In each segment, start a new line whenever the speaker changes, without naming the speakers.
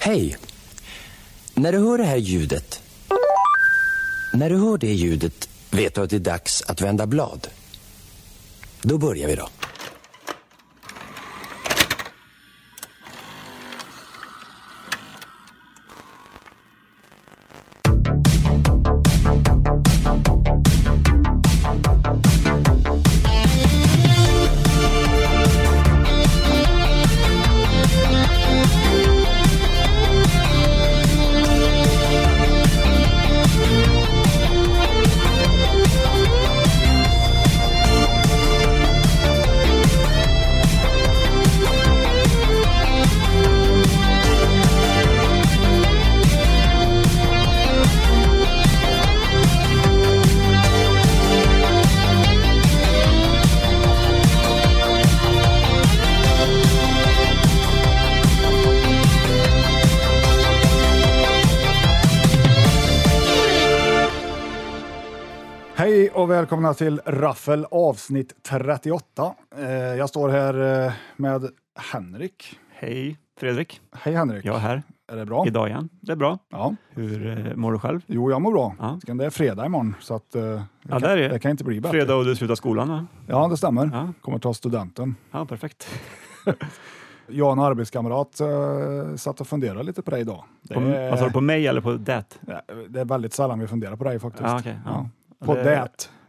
Hej! När du hör det här ljudet... När du hör det ljudet vet du att det är dags att vända blad. Då börjar vi då.
Hej och välkomna till Raffel avsnitt 38. Eh, Jag står här eh, med Henrik.
Hej Fredrik,
Hej Henrik,
jag är här
är det bra?
idag igen. Det är bra.
Ja.
Hur eh, mår du själv?
Jo, jag mår bra.
Ja.
Det är fredag imorgon så att, eh, det,
Ja,
kan,
där är det.
det kan inte bli bättre.
Fredag och du slutar skolan va?
Ja, det stämmer.
Ja,
Kommer ta studenten.
ja perfekt.
Jag och en arbetskamrat eh, satt och funderade lite på dig idag. Det
På,
är,
vad sa du, på mig eller på det?
det är väldigt sällan vi funderar på dig faktiskt.
Ja, okej, ja.
Ja. På
Det-
det,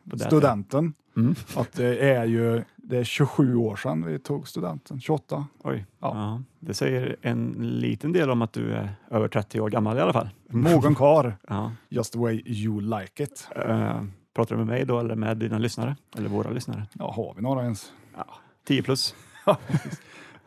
på det,
studenten.
ja. Mm.
Att det är ju det är 27 år sedan vi tog studenten, 28.
Oj.
Ja.
Ja. Det säger en liten del om att du är över 30 år gammal i alla fall.
Någon kar,
Ja.
just the way you like it.
Eh, pratar du med mig då eller med dina lyssnare? Eller våra lyssnare?
Ja, har vi några ens?
10 plus?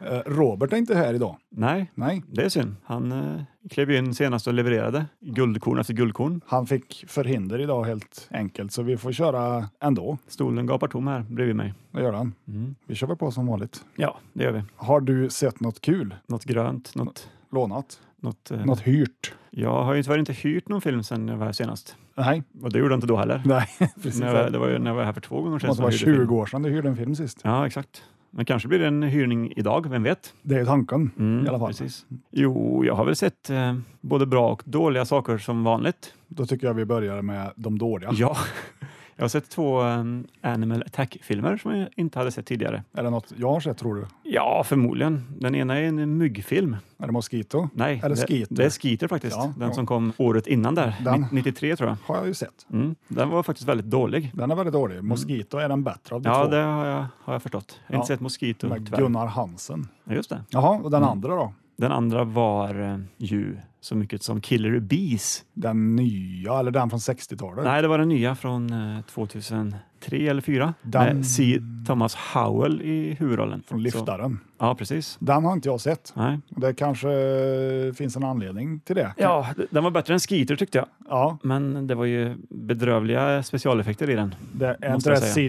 Eh, Robert är inte här idag.
Nej,
Nej,
det är synd. Han eh, klev ju in senast och levererade guldkorn efter guldkorn.
han fick förhinder idag helt enkelt, så vi får köra ändå.
Stolen gapar tom här bredvid mig.
Det gör han.
Mm.
Vi kör väl på som vanligt.
Ja, det gör vi.
Har du sett något kul?
Något grönt, något...
Lånat?
Något, eh,
Något hyrt?
Jag har ju tyvärr inte hyrt någon film sen jag var här senast.
Nej,
Och det gjorde jag inte då heller.
nej, precis.
När jag, det var ju när jag var här för två gånger
det
sedan.
måste
som
vara
jag hyrde film.
20 år sedan du hyrde en film sist.
Ja, exakt. Men kanske blir det en hyrning idag, vem vet?
Det är ju tanken
Mm,
i alla fall.
Precis. Jo, jag har väl sett eh, både bra och dåliga saker som vanligt.
Då tycker jag vi börjar med de dåliga.
Ja. Jag har sett två eh, Animal Attack-filmer som jag inte hade sett tidigare.
Är det något jag har sett tror du?
Ja, förmodligen. Den ena är en myggfilm.
Är det Mosquito?
Nej,
Är det
det,
Skeeter?
det är Skeeter faktiskt.
Ja,
den
ja.
som kom året innan där,
Den.
ni- 93 tror jag.
Har jag ju sett.
Mm. Den var faktiskt väldigt dålig.
Den är väldigt dålig. Mosquito är den bättre av de
Mm. Ja,
två.
det har jag, har jag förstått. Jag har
Ja,
inte sett Mosquito
Med
tyvärr. Mm.
Gunnar Hansen.
Ja, Just det.
Jaha, och den andra då?
Den andra var eh, ju så mycket som Killer Bees.
Den nya, eller den från 60-talet?
Nej, det var den nya från eh, 2003 eller 2004
Den-
med C. Thomas Howell i huvudrollen.
Från
Så-
Lyftaren.
Ja, precis.
Den har inte jag sett.
Nej.
Och Det kanske finns en anledning till det.
Ja, d- den var bättre än Skeeter tyckte jag.
Ja,
Men det var ju bedrövliga specialeffekter i den.
det är inte
Måste
det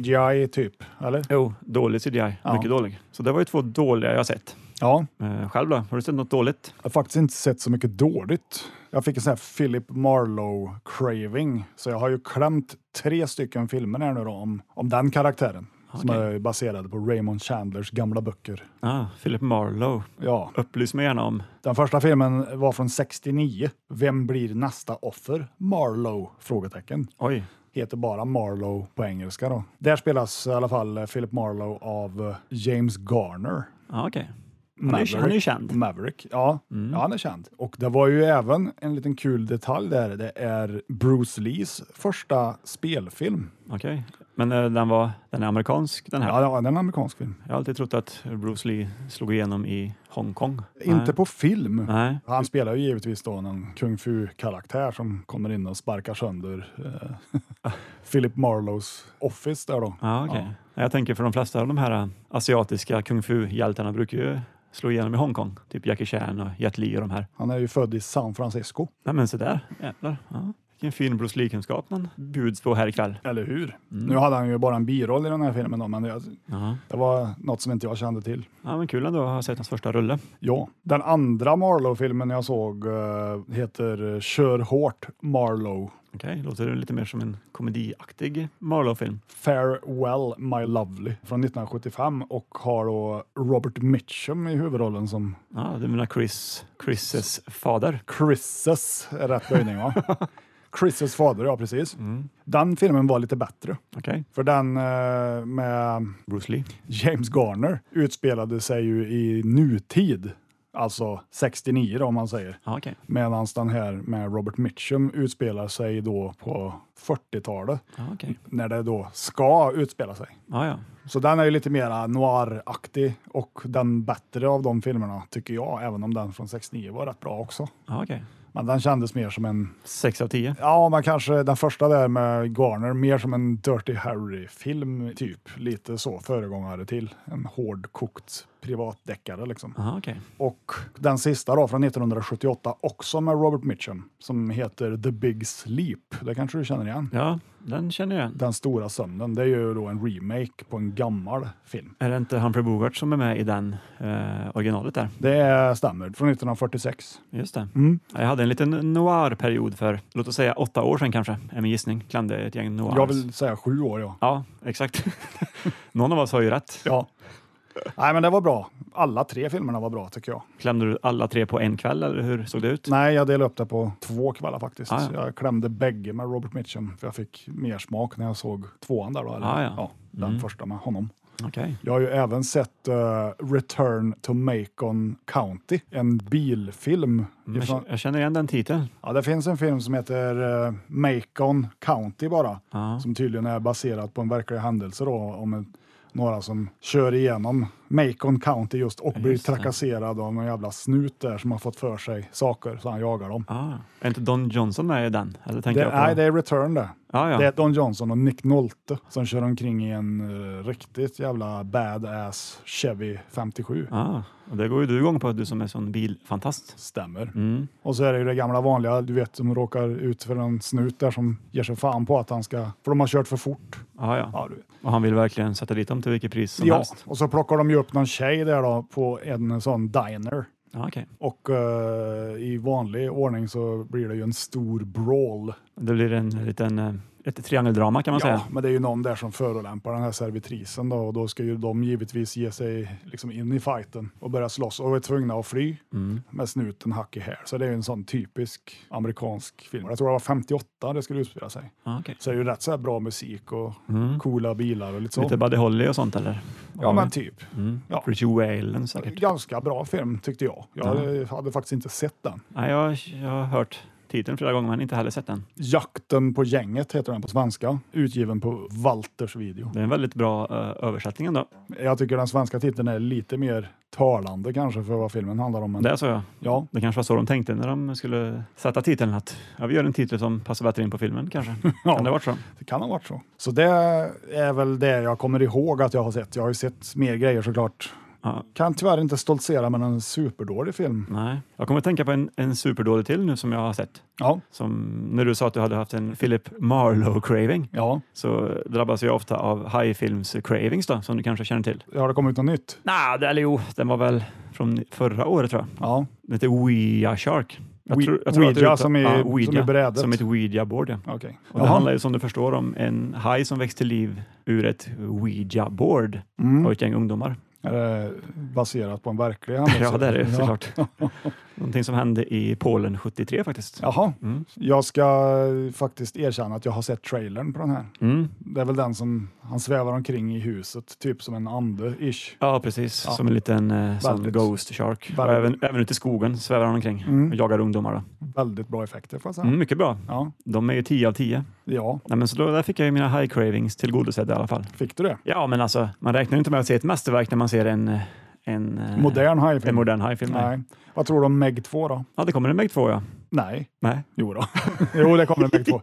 CGI
jag
typ, eller?
Jo, dålig CGI.
Ja.
Mycket dålig. Så det var ju två dåliga jag har sett.
Ja,
Eh, själv då? Har du sett något dåligt?
jag har faktiskt inte sett så mycket dåligt. Jag fick en sån här Philip Marlowe-craving, så jag har ju klämt tre stycken filmer här nu då om, om den karaktären. Som
Okej.
är baserade på Raymond Chandlers gamla böcker.
Ah, Philip Marlowe.
Ja,
Upplys mig gärna om
den första filmen var från 69. Vem blir nästa offer? Marlowe? Frågetecken.
Oj,
heter bara Marlowe på engelska. Då. Där spelas i alla fall eh, Philip Marlowe av eh, James Garner.
ja, okej. Han, är ju- han är ju
Maverick.
känd.
Maverick, ja. ja, han är känd. Och det var ju även en liten kul detalj där. Det är Bruce Lees första spelfilm.
Okej. Men eh, den, var, den är amerikansk den här?
Ja, ja det är en amerikansk film.
Jag har alltid trott att Bruce Lee slog igenom i Hongkong.
Inte på film.
Nej.
Han spelar ju givetvis då någon kung fu-karaktär som kommer in och sparkar sönder eh, Philip Marlowes office där då.
Ja, okej. Jag tänker för de flesta av de här eh, asiatiska kung fu-hjältarna brukar ju slå igenom i Hongkong. Typ Jackie Chan och Jet Li och de här.
Han är ju född i San Francisco.
Nej men se där, jävlar. Ja. Vilken fin Bruce Lee-kunskap man bjuds på här ikväll. Mm.
Eller hur? Nu hade han ju bara en biroll i den här filmen, då, men jag,
Ja.
det var något som inte jag kände till.
ja, men kul ändå att ha sett hans första rulle.
Ja, den andra Marlowe-filmen jag såg eh, heter eh, Kör hårt Marlowe.
Okej, låter det lite mer som en komediaktig Marlowe-film.
Farewell My Lovely från 1975 och har då Robert Mitchum i huvudrollen som
Ja, du menar Chris, Chris fader.
Chrises är rätt böjning va? Chrises fader, ja precis.
Mm.
Den filmen var lite bättre.
Okej,
För den eh, med
Bruce Lee.
James Garner utspelade sig ju i nutid, alltså 69 då, om man säger.
Ja, okej.
Medan den här med Robert Mitchum utspelar sig då på 40-talet,
Ja, okej.
när det då ska utspela sig.
Ja, ja.
Så den är ju lite mera noiraktig och den bättre av de filmerna tycker jag, även om den från 69 var rätt bra också.
Ja, okej.
Men den kändes mer som en,
Sex av tio.
ja men kanske den första där med Garner, mer som en Dirty Harry-film typ. Lite så föregångare till en hårdkokt privatdeckare liksom.
Ja, okej.
Och den sista då från 1978, också med Robert Mitchum, som heter The Big Sleep. Det kanske du känner igen?
Ja, den känner jag igen.
Den stora sömnen, det är ju då en remake på en gammal film.
Är det inte Humphrey Bogart som är med i den eh, originalet där?
Det stämmer, från 1946.
Just det.
Mm.
Jag hade en liten noir-period för, låt oss säga åtta år sedan kanske, är min gissning. Klämde ett gäng noirs.
Jag vill säga sju år, ja.
Ja, exakt. Någon av oss har ju rätt.
ja. Nej, men det var bra. Alla tre filmerna var bra tycker jag.
Klämde du alla tre på en kväll eller hur såg det ut?
Nej, jag delade upp det på två kvällar faktiskt.
Ah, ja.
Jag klämde bägge med Robert Mitchum, för jag fick mer smak när jag såg tvåan där då. Eller,
Ah, ja.
den
Mm.
första med honom.
Okej.
Jag har ju även sett eh, Return to Macon County, en bilfilm.
Mm, jag
Ifrån,
k- Jag känner igen den titeln.
ja, det finns en film som heter eh, Macon County bara,
Ja.
som tydligen är baserad på en verklig händelse då, om en, några som kör igenom Macon County just och
Ja,
blir
just det.
trakasserad av någon jävla snut där som har fått för sig saker, så han jagar dem.
Ah. Är inte Don Johnson med i den? Eller tänker
Det,
jag på...
nej, det är Return det.
Ah, ja.
Det är Don Johnson och Nick Nolte som kör omkring i en eh, riktigt jävla badass Chevy 57.
Ah. Och det går ju du igång på, du som är sån bilfantast.
Stämmer.
Mm.
Och så är det ju det gamla vanliga, du vet, som råkar ut för en snut där som ger sig fan på att han ska, för de har kört för fort.
Ah, ja.
Ja, du vet.
Och han vill verkligen sätta dit dem till vilket pris som
ja.
helst.
Och så plockar de ju upp någon tjej där då på en sån diner.
Ah, okej.
Och eh, i vanlig ordning så blir det ju en stor brawl.
Det blir en liten, eh, ett triangeldrama kan man
Ja,
säga.
men det är ju någon där som förolämpar den här servitrisen då, och då ska ju de givetvis ge sig liksom in i fighten och börja slåss och är tvungna att fly
Mm.
med snuten hack i här. Så det är ju en sån typisk amerikansk film. Jag tror det var 58 det skulle utspela sig.
Ah, okej.
Så det är ju rätt så här bra musik och
Mm.
coola bilar och lite så.
Lite Buddy Holly och sånt eller?
ja, men typ.
Mm.
ja.
Richie Whalen säkert.
Ganska bra film tyckte jag. Jag hade, hade faktiskt inte sett den.
Nej, jag, jag har hört titeln flera gånger men inte heller sett den.
Jakten på gänget heter den på svenska, utgiven på Walters video.
Det är en väldigt bra eh, översättning ändå.
Jag tycker den svenska titeln är lite mer talande kanske för vad filmen handlar om. Men
Det är så ja.
Ja,
Det kanske var så de tänkte när de skulle sätta titeln. Att ja, vi gör en titel som passar bättre in på filmen kanske.
Ja.
Kan det ha varit så?
det kan ha varit så. Så det är väl det jag kommer ihåg att jag har sett. Jag har ju sett mer grejer såklart.
Ja,
Kan tyvärr inte stoltsera med en superdålig film.
nej. Jag kommer att tänka på en, en superdålig till nu som jag har sett.
Ja,
Som när du sa att du hade haft en Philip Marlowe-craving
ja.
så drabbas jag ofta av hajfilms-cravings då, som du kanske känner till.
Har det kommit något nytt?
Nej, det- eller jo, den var väl från förra året tror jag.
Ja,
Den heter Ouija Shark.
We-
att det
Ouija
uttal-
som i-
ja,
som
Ouija,
i brädet.
Som ett Ouija-board, ja.
okej.
Och
Jaha.
det handlar ju som du förstår om en haj som väcks till liv ur ett Ouija-board
Mm.
av ett gäng ungdomar.
Är det baserat på en verklig händelse?
Ja, det är det ju
Ja.
såklart. Någonting som hände i Polen 73 faktiskt.
Jaha.
Mm.
Jag ska faktiskt erkänna att jag har sett trailern på den här.
Mm.
Det är väl den som han svävar omkring i huset, typ som en ande-ish.
Ja, precis.
Ja.
Som en liten eh, sån
Väldigt.
ghost shark. Och
Väldigt.
även, även ute i skogen svävar han omkring
Mm.
och jagar ungdomar. Då.
Väldigt bra effekter får jag säga.
Mm, mycket bra.
Ja,
De är ju 10 av 10.
ja,
Nej, men så då, där fick jag ju mina high cravings tillgodosedda i alla fall.
fick du det?
Ja, men alltså, man räknar ju inte med att se ett mästerverk när man ser en, eh, en, eh,
Modern
en
hajfilm?
modern hajfilm. Nej.
Nej. Vad tror du om Meg 2 då?
Ja, det kommer en Meg 2 ja.
Nej.
Nej.
Jo då. jo, det kommer en Meg 2.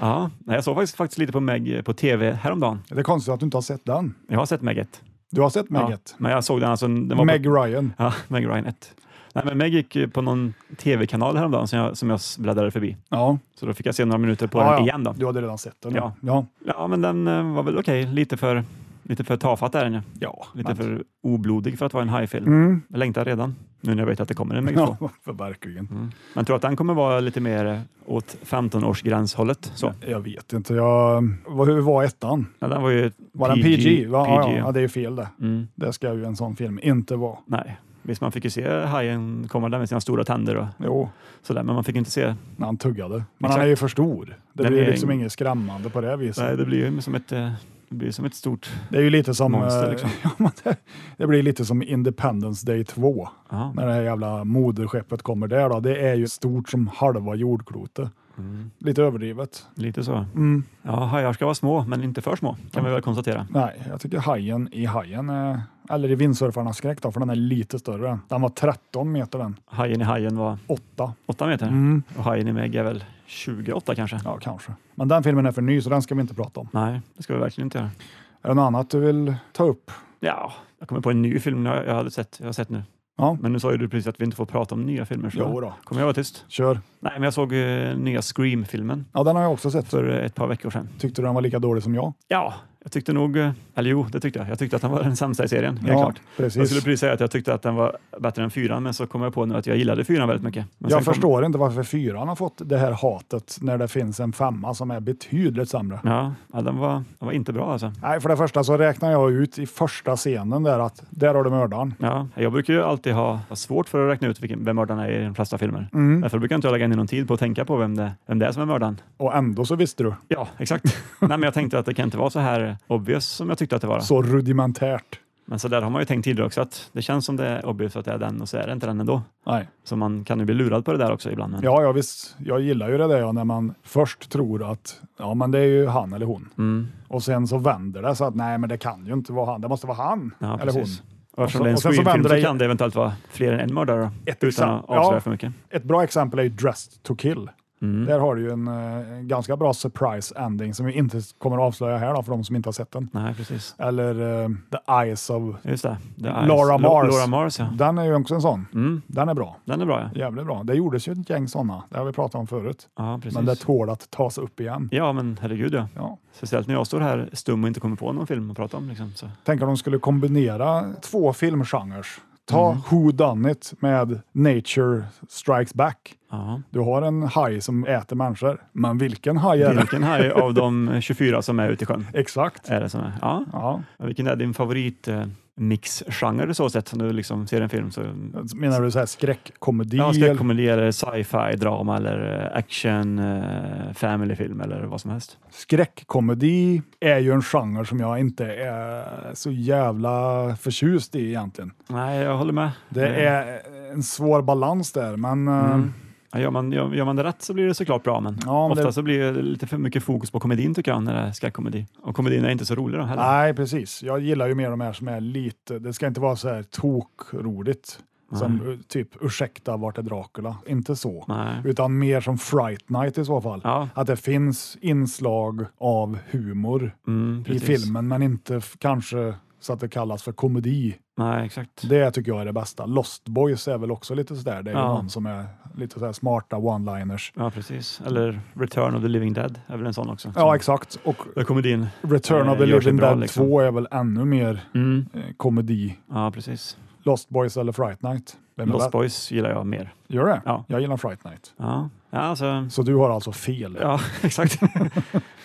Ja, nej, jag såg faktiskt, faktiskt lite på Meg eh, på tv häromdagen.
Det är konstigt att du inte har sett den.
Jag har sett Meg 1.
Du har sett Meg
Ja,
1?
men jag såg den alltså. Den var
Meg
På,
Ryan.
ja, Meg Ryan 1. Nej, men Meg gick ju på någon tv-kanal häromdagen som jag, som jag bläddrade förbi.
Ja.
Så då fick jag se några minuter på
ja,
den
ja.
igen då.
Du hade redan sett den?
Ja.
Ja,
Ja, men den eh, var väl okej. Lite för, lite för tafatt är den ju.
ja.
Lite
men-
för oblodig för att vara en hajfilm.
Mm.
Jag längtar redan nu när jag vet att det kommer en Meg 2.
Ja, för verkligen.
Mm. Men tror du att den kommer vara lite mer eh, åt 15-årsgränshållet? Så.
Jag vet inte. Jag... vad- Hur var ettan?
Ja, den var ju
Var den PG? Va? Ja,
PG,
ja. ja, det är ju fel det.
Mm.
Det ska ju en sån film inte vara.
Nej, Visst, man fick ju se hajen komma där med sina stora tänder och
Jo,
sådär, men man fick ju inte se.
när han tuggade. Men han
Exakt.
är ju för stor. Det
Den
blir
är-
liksom inget skrämmande på det viset.
Nej, det blir ju som ett, eh, det blir som ett stort...
Det är ju lite som...
Monster,
eh,
liksom.
ja, men det, det blir lite som Independence Day 2.
Aha.
När det här jävla moderskeppet kommer där då. Det är ju stort som halva jordklotet.
Mm,
Lite överdrivet.
lite så.
Mm.
Ja, hajar ska vara små, men inte för små kan vi väl konstatera.
Nej, jag tycker hajen i hajen, är, eller i vindsurfarnas skräck då, för den är lite större. Den var 13 meter den.
Hajen i hajen var
8.
8 meter
Mm.
och hajen i Meg är väl 28 kanske.
Ja, kanske. Men den filmen är för ny så den ska vi inte prata om.
Nej, det ska vi verkligen inte göra.
Är det något annat du vill ta upp?
Ja, jag kommer på en ny film jag jag hade sett, jag har sett nu.
Ja,
Men nu sa ju du precis att vi inte får prata om nya filmer. Så
jo då.
kommer jag vara tyst?
Kör.
Nej, men jag såg eh, nya Scream-filmen
Ja, den har jag också sett.
för eh, ett par veckor sedan.
Tyckte du den var lika dålig som jag?
Ja, jag tyckte nog, eh, eller jo, det tyckte jag. Jag tyckte att den var den sämsta i serien, helt
ja,
klart. Jag skulle
precis.
precis säga att jag tyckte att den var bättre än fyran, men så kom jag på nu att jag gillade fyran väldigt mycket. Men sen
Jag
kom-
förstår inte varför fyran har fått det här hatet när det finns en femma som är betydligt sämre.
Ja, ja den, var, den var inte bra alltså.
Nej, för det första så räknar jag ut i första scenen där att där har du mördaren.
Ja, jag brukar ju alltid ha ha svårt för att räkna ut vilken, vem mördaren är i de flesta filmer.
Mm.
Därför brukar inte jag lägga ner någon tid på att tänka på vem det, vem det är som är mördaren.
Och ändå så visste du.
Ja, exakt. Nej, men jag tänkte att det kan inte vara så här obvious som jag tyckte att det var.
Så rudimentärt.
Men så där har man ju tänkt tidigare också att det känns som det är obvious att det är den och så är det inte den ändå.
Nej.
Så man kan ju bli lurad på det där också ibland. Men...
Ja, ja, visst. Jag gillar ju det där ja, när man först tror att ja, men det är ju han eller hon.
Mm.
Och sen så vänder det så att nej, men det kan ju inte vara han. Det måste vara han
Ja,
eller hon.
precis. Och eftersom
Och så-
det är en
och sen så
Scream-film
vänder
så
det i-
kan det eventuellt vara fler än en mördare då,
Ett
utan
exam-
att avslöja
ja.
för mycket.
Ett bra exempel är ju Dressed to kill.
Mm.
Där har du ju en eh, ganska bra surprise ending som vi inte kommer att avslöja här då, för de som inte har sett den.
Nej, precis.
Eller eh, The Eyes of...
Just det. The
Laura
Eyes. Lo-
Mars.
Laura Mars, ja.
Den är ju också en sån.
Mm.
Den är bra.
Den är bra, ja.
Jävligt bra. Det gjordes ju ett gäng sådana. Det har vi pratat om förut.
ja precis.
Men det tål att tas upp igen.
Ja, men herregud ja.
Ja.
Speciellt när jag står här stum och inte kommer på någon film att prata om. Liksom, så.
Tänk om de skulle kombinera två filmgenres. Ta
Mm.
Who Done It med Nature Strikes Back.
Ja.
Du har en haj som äter människor, men vilken haj är det?
Vilken här av de 24 som är ute i sjön?
Exakt.
Är det som är? Ja.
Ja.
Men Vilken är din favorit eh, mixgenre så sett? Om du liksom ser en film så...
Menar du så här skräckkomedi?
Ja,
eller-
skräckkomedi eller sci-fi, drama eller eh, action, eh, familyfilm eller vad som helst.
Skräckkomedi är ju en genre som jag inte är så jävla förtjust i egentligen.
Nej, jag håller med.
Det
Eh,
är en svår balans där, men eh,
Mm. Ja, gör, man, gör, gör man det rätt så blir det såklart bra, men
Ja, men
ofta
det-
så blir det lite för mycket fokus på komedin tycker jag när det är skräckkomedi. Och komedin är inte så rolig då heller.
nej, precis. Jag gillar ju mer de här som är lite, det ska inte vara så här tokroligt.
Nej.
Som uh, typ ursäkta vart är Dracula? Inte så.
Nej.
Utan mer som Fright Night i så fall.
Ja,
Att det finns inslag av humor
mm, precis.
i filmen men inte f- kanske så att det kallas för komedi.
Nej, exakt.
Det tycker jag är det bästa. Lost Boys är väl också lite sådär. Det är ju
Ja.
någon som är lite sådär smarta one-liners.
Ja, precis. Eller Return of the Living Dead är väl en sån också.
Ja, exakt. Och
Där komedin.
Return of the
Eh, gör sig
Living
bra,
Dead
liksom.
2 är väl ännu mer
Mm.
eh, komedi.
Ja, precis.
Lost Boys eller Fright Night? Vem är
Lost
bäst?
Boys gillar jag mer.
Gör det?
Ja.
Jag gillar Fright Night.
Ja, ja alltså...
Så du har alltså fel?
Ja, exakt.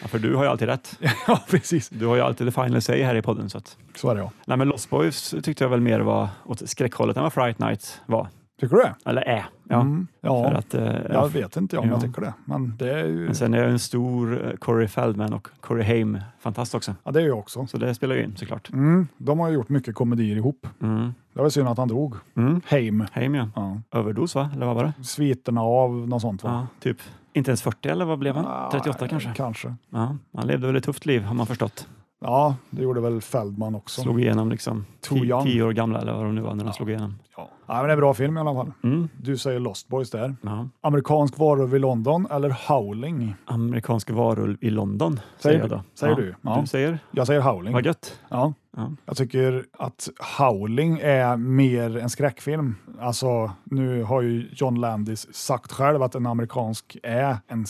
ja, för du har ju alltid rätt.
ja precis.
Du har ju alltid the final say här i podden. Så att.
Så är det ja.
Nej, men Lost Boys tyckte jag väl mer var åt skräckhållet än vad Fright Night var.
Tycker du det?
Eller är. Ja.
Mm.
För
ja.
att, eh,
Jag vet inte om jag
Ja.
tycker det, men det är ju,
Men sen är jag en stor eh, Corey Feldman och Corey Haim-fantast också.
ja, det är jag också.
Så det spelar ju in såklart.
Mm, de har ju gjort mycket komedier ihop.
Mm.
Det var synd att han dog.
Mm.
Heim.
Haim ja.
Ja.
Överdos va? Eller vad var det?
Sviterna av något sånt va?
Ja, typ. Inte ens 40 eller vad blev
Ah,
han? 38 kanske?
Kanske.
Ja, han levde väl ett tufft liv har man förstått.
Ja, det gjorde väl Feldman också.
Slog igenom liksom
Too
ti-
young.
tio år gamla eller vad de nu var när de slog igenom.
Ja. ja, men det är en bra film i alla fall.
Mm.
Du säger Lost Boys där.
Ja.
Amerikansk varulv i London eller Howling?
Amerikansk varulv i London säger, jag
du?
då.
Säger
ja.
du? Ja.
Du säger?
Jag säger Howling.
Vad gött.
Ja.
Ja.
Jag tycker att Howling är mer en skräckfilm. Alltså, nu har ju John Landis sagt själv att en amerikansk är en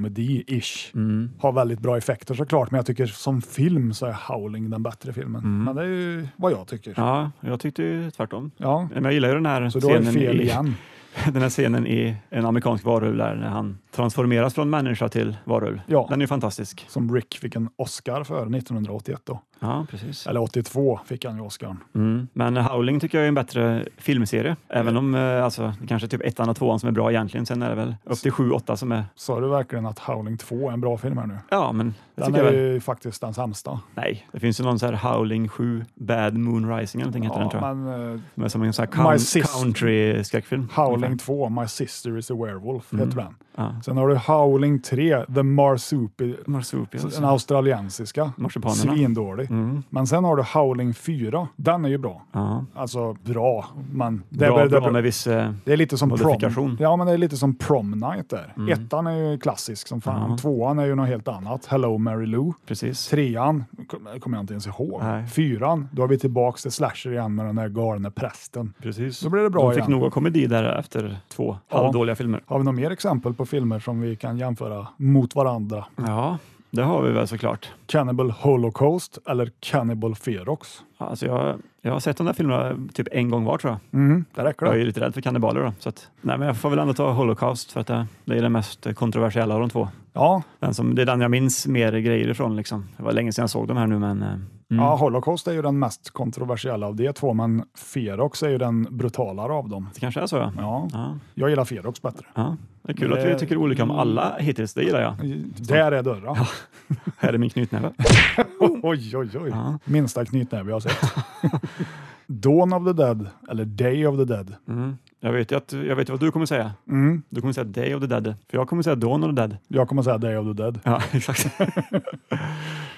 skräckkomedi-ish.
Mm.
Har väldigt bra effekter såklart, men jag tycker som film så är Howling den bättre filmen. Men det är ju vad jag tycker. Ja.
Mm. ja, jag tyckte ju tvärtom. Men jag gillar ju den här
Så du har ju
scenen
fel
i,
igen.
den här scenen i en amerikansk varulv där när han transformeras från människa till varulv.
Ja.
Den är ju fantastisk.
Som Rick fick en Oscar för 1981 då.
Ja, precis.
Eller 82 fick han ju Oscarn.
Mm. Men Howling tycker jag är en bättre filmserie. Även om eh, alltså, det kanske är typ ettan och tvåan som är bra egentligen. Sen är det väl upp till sju, åtta som är...
Sa du verkligen att Howling 2 är en bra film här nu?
Ja, men det
Den
tycker jag
är
väl.
ju faktiskt den sämsta.
Nej, det finns ju någon så här Howling 7, Bad Moon Rising eller någonting heter den tror jag.
men eh,
Som är som en sån här
My
coun-
Sis-
country-skräckfilm.
Howling 2, My Sister is a Werewolf,
Mm.
heter den.
Ja.
Sen har du Howling 3, The Marsupi,
Marsupial.
den australiensiska.
Marsipanerna.
Svindålig.
Mm.
Men sen har du Howling 4, den är ju bra.
Ja.
Alltså bra, men det,
Bra,
är- det, är-
bra med viss... Eh,
det är lite som prom.
modifikation. Mm.
Ja, men det är lite som prom night där. Ettan är ju klassisk som fan.
Ja.
Tvåan är ju något helt annat. Hello Mary Lou.
precis.
Trean kom- kommer jag inte ens ihåg.
Nej.
Fyran, då är vi tillbaks till slasher igen med den där galne prästen.
precis.
Då blir det bra
De fick
igen.
nog av komedi där efter två
Ja.
halvdåliga filmer.
Har vi några mer exempel på filmer som vi kan jämföra mot varandra?
Ja, det har vi väl såklart.
Cannibal Holocaust eller Cannibal Ferox?
Alltså jag, jag har sett de där filmerna typ en gång var tror jag.
Mm, det räcker
Jag är
det.
ju lite rädd för kannibaler då. Så att, nej, men jag får väl ändå ta Holocaust för att det, det är den mest kontroversiella av de två.
Ja,
Den som, det är den jag minns mer grejer ifrån. Liksom. Det var länge sedan jag såg dem här nu men... eh, Mm.
ja, Holocaust är ju den mest kontroversiella av de två, men Ferox är ju den brutalare av dem.
Det kanske är så ja.
Ja,
ja.
jag gillar Ferox bättre.
ja. Det är kul att vi
Det-
tycker olika
mm.
om alla hittills, det gillar jag.
Där är dörren.
Här är min knytnäve.
Oj, oj, oj.
Ja.
Minsta knytnäve jag har sett. Dawn of the Dead, eller Day of the Dead.
Mm. Jag, vet ju att, jag vet ju vad du kommer säga.
Mm.
Du kommer säga Day of the Dead. För jag kommer säga Dawn of the Dead.
Jag kommer säga Day of the Dead.
Ja, exakt.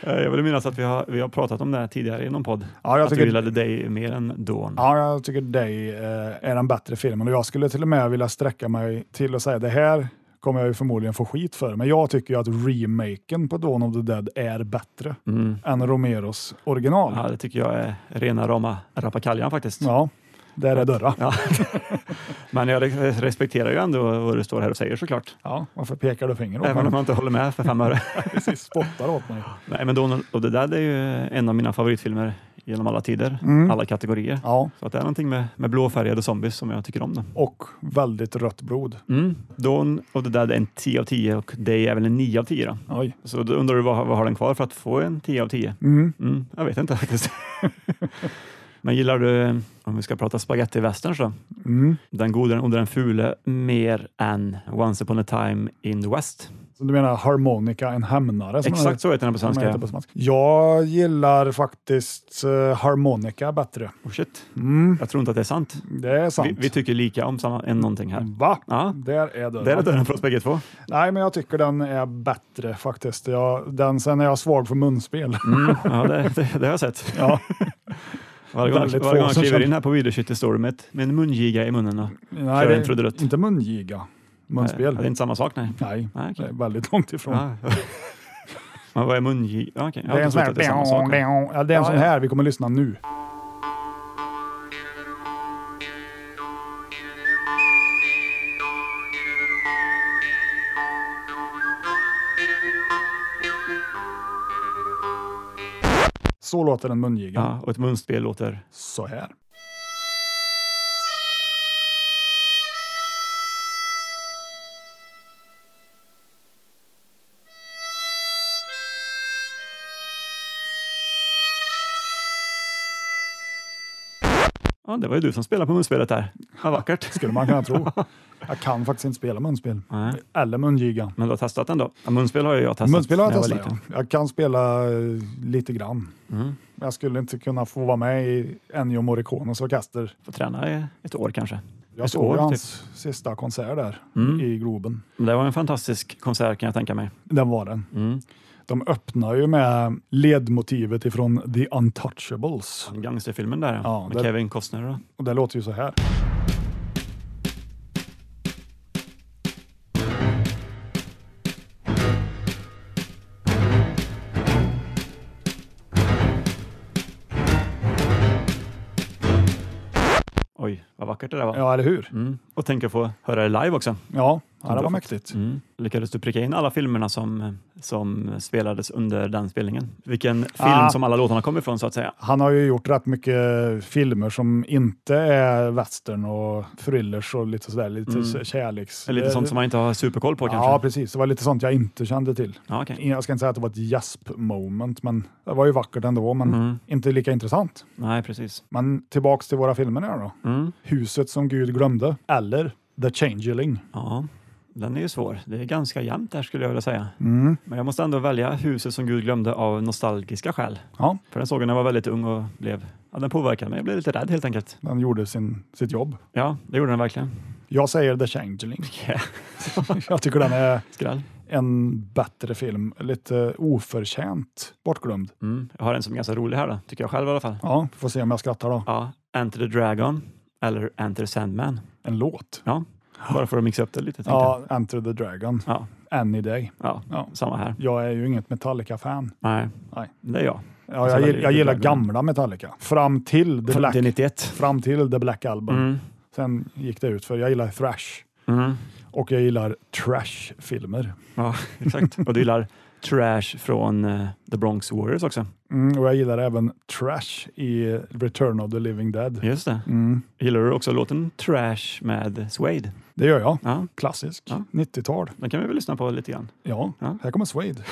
Eh, jag vill minnas att vi har, vi har pratat om det här tidigare i någon podd.
Ja, jag
att du
tycker,
gillade Day mer än Dawn.
ja, jag tycker Day eh, är den bättre filmen och jag skulle till och med vilja sträcka mig till att säga det här kommer jag ju förmodligen få skit för, men jag tycker ju att remaken på Dawn of the Dead är bättre
Mm.
än Romeros original. Ja,
Ja, det tycker jag är rena rama rappakaljan faktiskt.
där är dörra.
Ja. Men jag re- respekterar ju ändå vad du står här och säger såklart.
Ja, varför pekar du finger åt
Även om
mig?
jag inte håller med för fem öre.
Precis, spottar åt mig.
Nej, men Dawn och det där är ju en av mina favoritfilmer genom alla tider,
Mm.
alla kategorier.
Ja,
Så att det är någonting med, med blåfärgade zombies som jag tycker om. Då.
och väldigt rött blod.
Mm. Dawn och det där är en 10 av 10 och Day är väl en 9 av 10. Då.
Oj.
Så då undrar du vad, vad har den kvar för att få en 10 av 10?
Mm.
Mm, jag vet inte faktiskt. Men gillar du, om vi ska prata spagettivästerns då,
Mm.
Den gode, den onde, den fule mer än Once upon a time in the West.
Så du menar harmonika, en hämnare? Som
Exakt så heter den
Den
på svenska.
heter på svenska. Jag gillar faktiskt eh, harmonika bättre.
Oh shit,
Mm,
jag tror inte att det är sant.
det är sant.
Vi, vi tycker lika om samma, en någonting här.
Va?
Ja,
Där är dörren.
där är dörren för oss bägge två.
Nej, men jag tycker den är bättre faktiskt. Jag, den, sen är jag svag för munspel.
Mm, ja, det, det, det har jag sett.
Ja.
Varje gång,
Väldigt
varje
få
gång jag
som
kliver
känner-
in här på videokittet står det med, ett- med en mungiga i munnen. Och,
Nej,
en trudelutt.
inte mungiga. Munspel.
Ja, det är inte samma sak, nej.
Nej,
nej
det
okej.
är väldigt långt ifrån.
ja. Men vad är mungiga? Ja, okej. Jag
Det
har
är en sån
inte trott
här...
att det är samma sak.
Ja, det är en
Ja,
sån
ja.
här vi kommer lyssna nu. Så låter en mungiga.
Ja, och ett munspel låter...
Så här.
Ja, det var ju du som spelade på munspelet där. Vad vackert.
Skulle man kunna tro. Jag kan faktiskt inte spela munspel.
Nej.
Eller mungiga.
Men du har testat den då? Ja, munspel har ju jag testat.
Munspel har jag
när var
testat. ja.
liten. Mm.
Jag kan spela eh, lite grann. Men Jag skulle inte kunna få vara med i Ennio Morricones orkester
Får träna i ett år kanske.
Jag
Ett
såg
år, typ.
ju hans sista konsert där
Mm.
i Globen.
Men det var en fantastisk konsert kan jag tänka mig. Mm.
Den var den. De öppnar ju med ledmotivet ifrån The Untouchables.
Gangsterfilmen där
Ja,
med
det-
Kevin Costner. Då.
Och det låter ju så här.
Oj, vad vackert det där var.
Ja, eller hur?
Mm. Och tänk att få höra det live också.
Ja, Ja, det var mäktigt.
Mm. Lyckades du pricka in alla filmerna som, som spelades under den spelningen? Vilken film
Ah.
som alla låtarna kom ifrån så att säga?
Han har ju gjort rätt mycket filmer som inte är western och thrillers och lite sådär, lite
Mm.
mm. kärleks...
Eller lite sånt som man inte har superkoll på
Ja,
kanske?
precis. Det var lite sånt jag inte kände till.
Ja, okej.
Jag ska inte säga att det var ett jasp-moment, men det var ju vackert ändå, men
Mm.
inte lika intressant.
Nej, precis.
Men tillbaks till våra filmer här då.
Mm.
Huset som Gud glömde, eller The Changeling.
Ja, den är ju svår. Det är ganska jämnt där skulle jag vilja säga.
Mm.
Men jag måste ändå välja Huset som Gud glömde av nostalgiska skäl.
Ja,
För den såg jag när jag var väldigt ung och blev, ja, den påverkade mig. Jag blev lite rädd helt enkelt.
den gjorde sin, sitt jobb.
Ja, det gjorde den verkligen.
Jag säger The Changeling.
Ja,
Jag tycker den är
Skräll.
en bättre film. Lite oförtjänt bortglömd.
Mm. Jag har en som är ganska rolig här då, tycker jag själv i alla fall.
Ja, får se om jag skrattar då.
Ja, Enter the Dragon eller Enter Sandman.
En låt.
Bara för att mixa upp det lite. tänkte jag.
Ja, Enter the Dragon.
Ja.
Any Day.
ja,
Ja.
samma här.
Jag är ju inget Metallica-fan.
Nej.
Nej.
det är jag.
Ja,
Sen
jag,
väljer
gill- jag
du
gillar
Dragon.
gamla Metallica. Fram till The Black,
Det är 91.
fram till the Black Album.
Mm.
Sen gick det ut för Jag gillar thrash
Mm.
och jag gillar trash-filmer.
Ja, exakt. Och du gillar Trash från eh, The Bronx Warriors också.
Mm, och jag gillar även trash i Return of the Living Dead.
Just det.
Mm,
Gillar du också låten Trash med Suede?
det gör jag.
Ja,
Klassisk.
Ja.
90-tal.
den kan vi väl lyssna på lite grann.
Ja,
Ja.
här kommer Suede.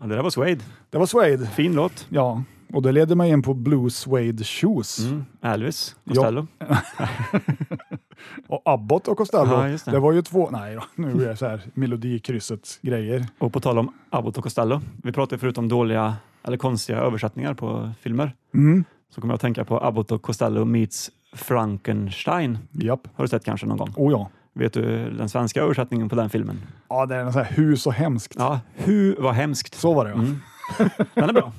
Ja, det där var Suede.
Det var Suede.
Fin låt.
Ja, och det leder mig in på Blue Suede Shoes.
Mm. Elvis Costello.
Och Abbott och Costello,
Ja, just
det.
det.
var ju två... Nej då, nu blir det så här melodikrysset-grejer.
Och på tal om Abbott och Costello. Vi pratade förut om dåliga eller konstiga översättningar på filmer.
Mm.
Så kommer jag att tänka på Abbott och Costello meets Frankenstein.
Japp.
Har du sett kanske någon gång?
Oh ja.
Vet du den svenska översättningen på den filmen?
Ja, det är en sån här hus och hemskt.
Ja, Hu var hemskt.
Så var det ja.
Mm. Den är bra.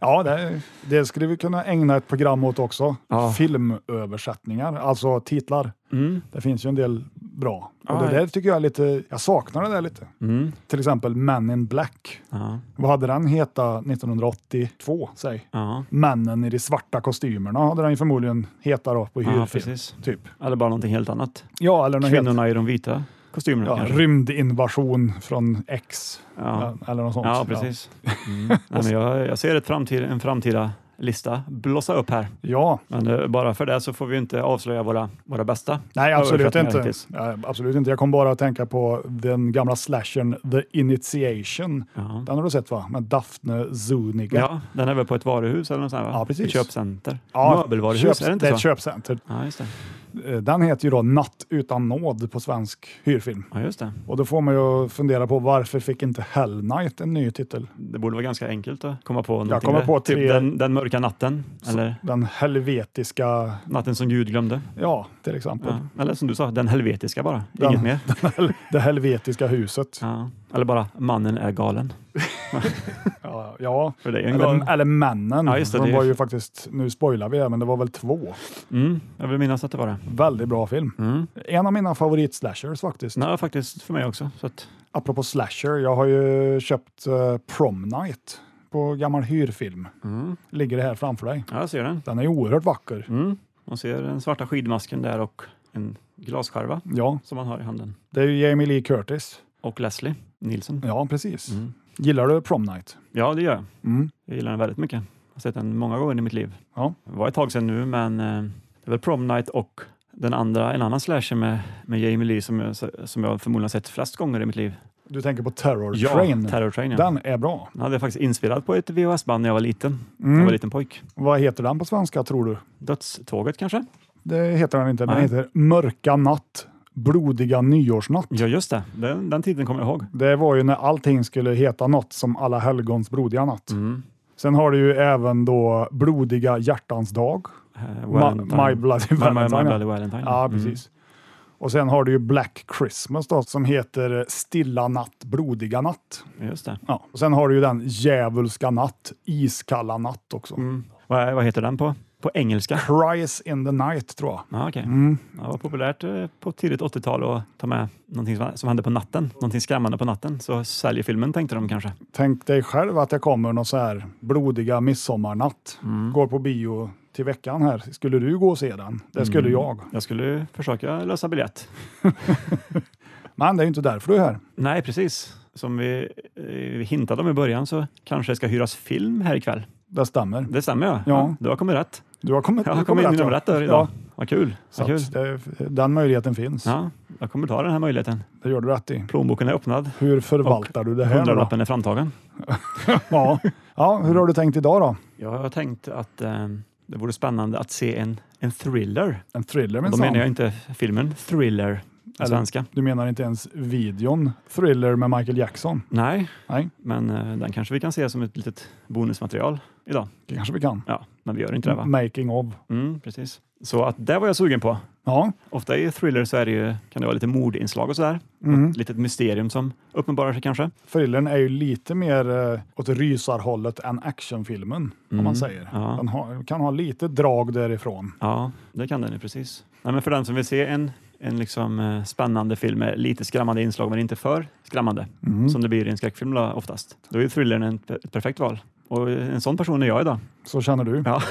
Ja, det, det skulle vi kunna ägna ett program åt också.
Ja.
Filmöversättningar, alltså titlar.
Mm.
Det finns ju en del bra.
Ja,
och det
Ah, ja.
där tycker jag är lite, jag saknar det där lite.
Mm.
Till exempel Men in Black.
Ja,
Vad hade den heta 1982, säg?
ja.
Männen i de svarta kostymerna hade den ju förmodligen heta då på
ja
hyrfilm.
precis.
typ.
Eller bara någonting helt annat.
Ja, eller något helt,
Kvinnorna i de vita kostymerna
ja,
kanske.
rymdinvasion från X.
Ja.
Ja, Eller något sånt.
Ja, precis. Mm. Nej, men jag, jag ser ett framtid, en framtida lista blossa upp här.
Ja,
Men eh, bara för det så får vi inte avslöja våra, våra bästa.
Nej, absolut
översättningar
inte.
hittills.
Nej, absolut inte. Jag kom bara att tänka på den gamla slashern The Initiation.
Ja.
Den har du sett va? Med Daphne Zuniga.
ja, den är väl på ett varuhus eller något sånt, va?
Ja, precis.
Ett köpcenter.
Ja,
Möbelvaruhus,
köps-
är det
det
inte
ett
så?
köpcenter.
Ja, just det.
Eh, Den heter ju då Natt utan nåd på svensk hyrfilm.
Ja, just det.
Och då får man ju fundera på varför fick inte Hell Knight en ny titel?
Det borde vara ganska enkelt att komma på någonting.
kommer
där.
på tre-
typ den, den mörka natten, eller
Den helvetiska,
natten som Gud glömde.
ja till exempel.
Ja. Eller som du sa, den helvetiska bara.
Den-
Inget mer.
Det helvetiska huset.
Ja. Eller bara, mannen är galen.
Ja, ja.
För det är ju en galen.
Eller, eller Männen.
Ja, just det,
De
det är-
var ju faktiskt, nu spoilar vi det, men det var väl två.
Mm, jag vill minnas att det var det.
Väldigt bra film.
Mm.
En av mina favoritslashers faktiskt.
Nej, faktiskt för mig också. Så att,
Apropå slasher, jag har ju köpt eh, Prom Night på gammal hyrfilm.
mm.
Ligger det här framför dig.
Ja, jag ser den.
Den är ju oerhört vacker.
Mm. Man ser den svarta skidmasken där och en glasskärva
Ja,
som man har i handen.
det är ju Jamie Lee Curtis.
Och Leslie Nilsson.
Ja, precis.
Mm.
Gillar du Prom Night?
Ja, det gör jag.
Mm.
Jag gillar den väldigt mycket. Jag har sett den många gånger i mitt liv.
Ja.
Det var ett tag sedan nu, men eh, det är väl Prom Night och den andra, en annan slasher med, med Jamie Lee som jag, som jag förmodligen har sett flest gånger i mitt liv.
Du tänker på Terror Train.
Terror Train. Ja. Den.
Den är bra.
hade jag faktiskt inspelad på ett VHS-band när jag var liten. Jag var
Mm.
liten pojk.
Vad heter den på svenska tror du?
Dödståget kanske?
Det heter den inte. Den
Nej.
heter Mörka Natt, Blodiga Nyårsnatt.
Ja, just det. Den, den tiden kommer jag ihåg.
Det var ju när allting skulle heta något som Alla helgons blodiga natt.
Mm.
Sen har du ju även då Blodiga hjärtans dag.
Eh,
Ma-
Valentine.
My Bloody
My, my, my
Valentine.
Bloody Valentine.
Ja,
Mm.
precis. Och sen har du ju Black Christmas då, som heter Stilla natt, blodiga natt.
Just det.
Ja. Och sen har du ju den Djävulska natt, Iskalla natt också.
Mm. Vad, vad heter den på, på engelska?
Cries in the night tror jag. Mm.
Ja, okej. Ja, det var populärt eh, på tidigt 80-tal att ta med någonting som- som hände på natten. Någonting skrämmande på natten. Så säljer filmen tänkte de kanske.
Tänk dig själv att det kommer någon så här blodiga midsommarnatt.
Mm.
Går på bio till veckan här. Skulle du gå och se den? Det
Mm.
skulle jag.
Jag skulle ju försöka lösa biljett.
Men det är ju inte därför du är här.
Nej, precis. Som vi eh, hintade om i början så kanske det ska hyras film här ikväll.
Det stämmer.
Det stämmer ja.
Ja.
Du har kommit rätt.
Du har kommit,
Jag
du
har kommit in i
rätt,
nummer
ja.
rätt där idag.
Ja,
Vad kul.
så
Vad
att
kul.
det, den möjligheten finns.
Ja, jag kommer ta den här möjligheten.
Det gör du rätt i.
Plånboken är öppnad.
Hur förvaltar du det här nu då?
Hundralappen är framtagen.
Ja. ja, hur har du tänkt idag då?
Jag har tänkt att eh, det vore spännande att se en, en thriller.
En thriller
Då
minsann.
menar jag inte filmen Thriller,
Eller-
den svenska.
Du menar inte ens videon Thriller med Michael Jackson?
Nej,
Nej,
men eh, den kanske vi kan se som ett litet bonusmaterial idag.
det kanske vi kan.
Ja, men vi gör inte det va?
Making of.
Mm, precis. Så att det var jag sugen på.
Ja,
Ofta i thriller så är det ju, kan det vara lite mordinslag och sådär.
Mm.
Ett litet mysterium som uppenbarar sig kanske.
thrillern är ju lite mer eh, åt rysarhållet än actionfilmen, om
Mm.
man säger.
ja.
Den har, kan ha lite drag därifrån.
Ja, det kan den ju precis. Nej, men för den som vill se en, en liksom eh, spännande film med lite skrämmande inslag men inte för skrämmande,
Mm.
som det blir i en skräckfilm då, oftast, då är ju thrillern en, pe- ett perfekt val. Och en sån person är jag idag.
Så känner du?
Ja.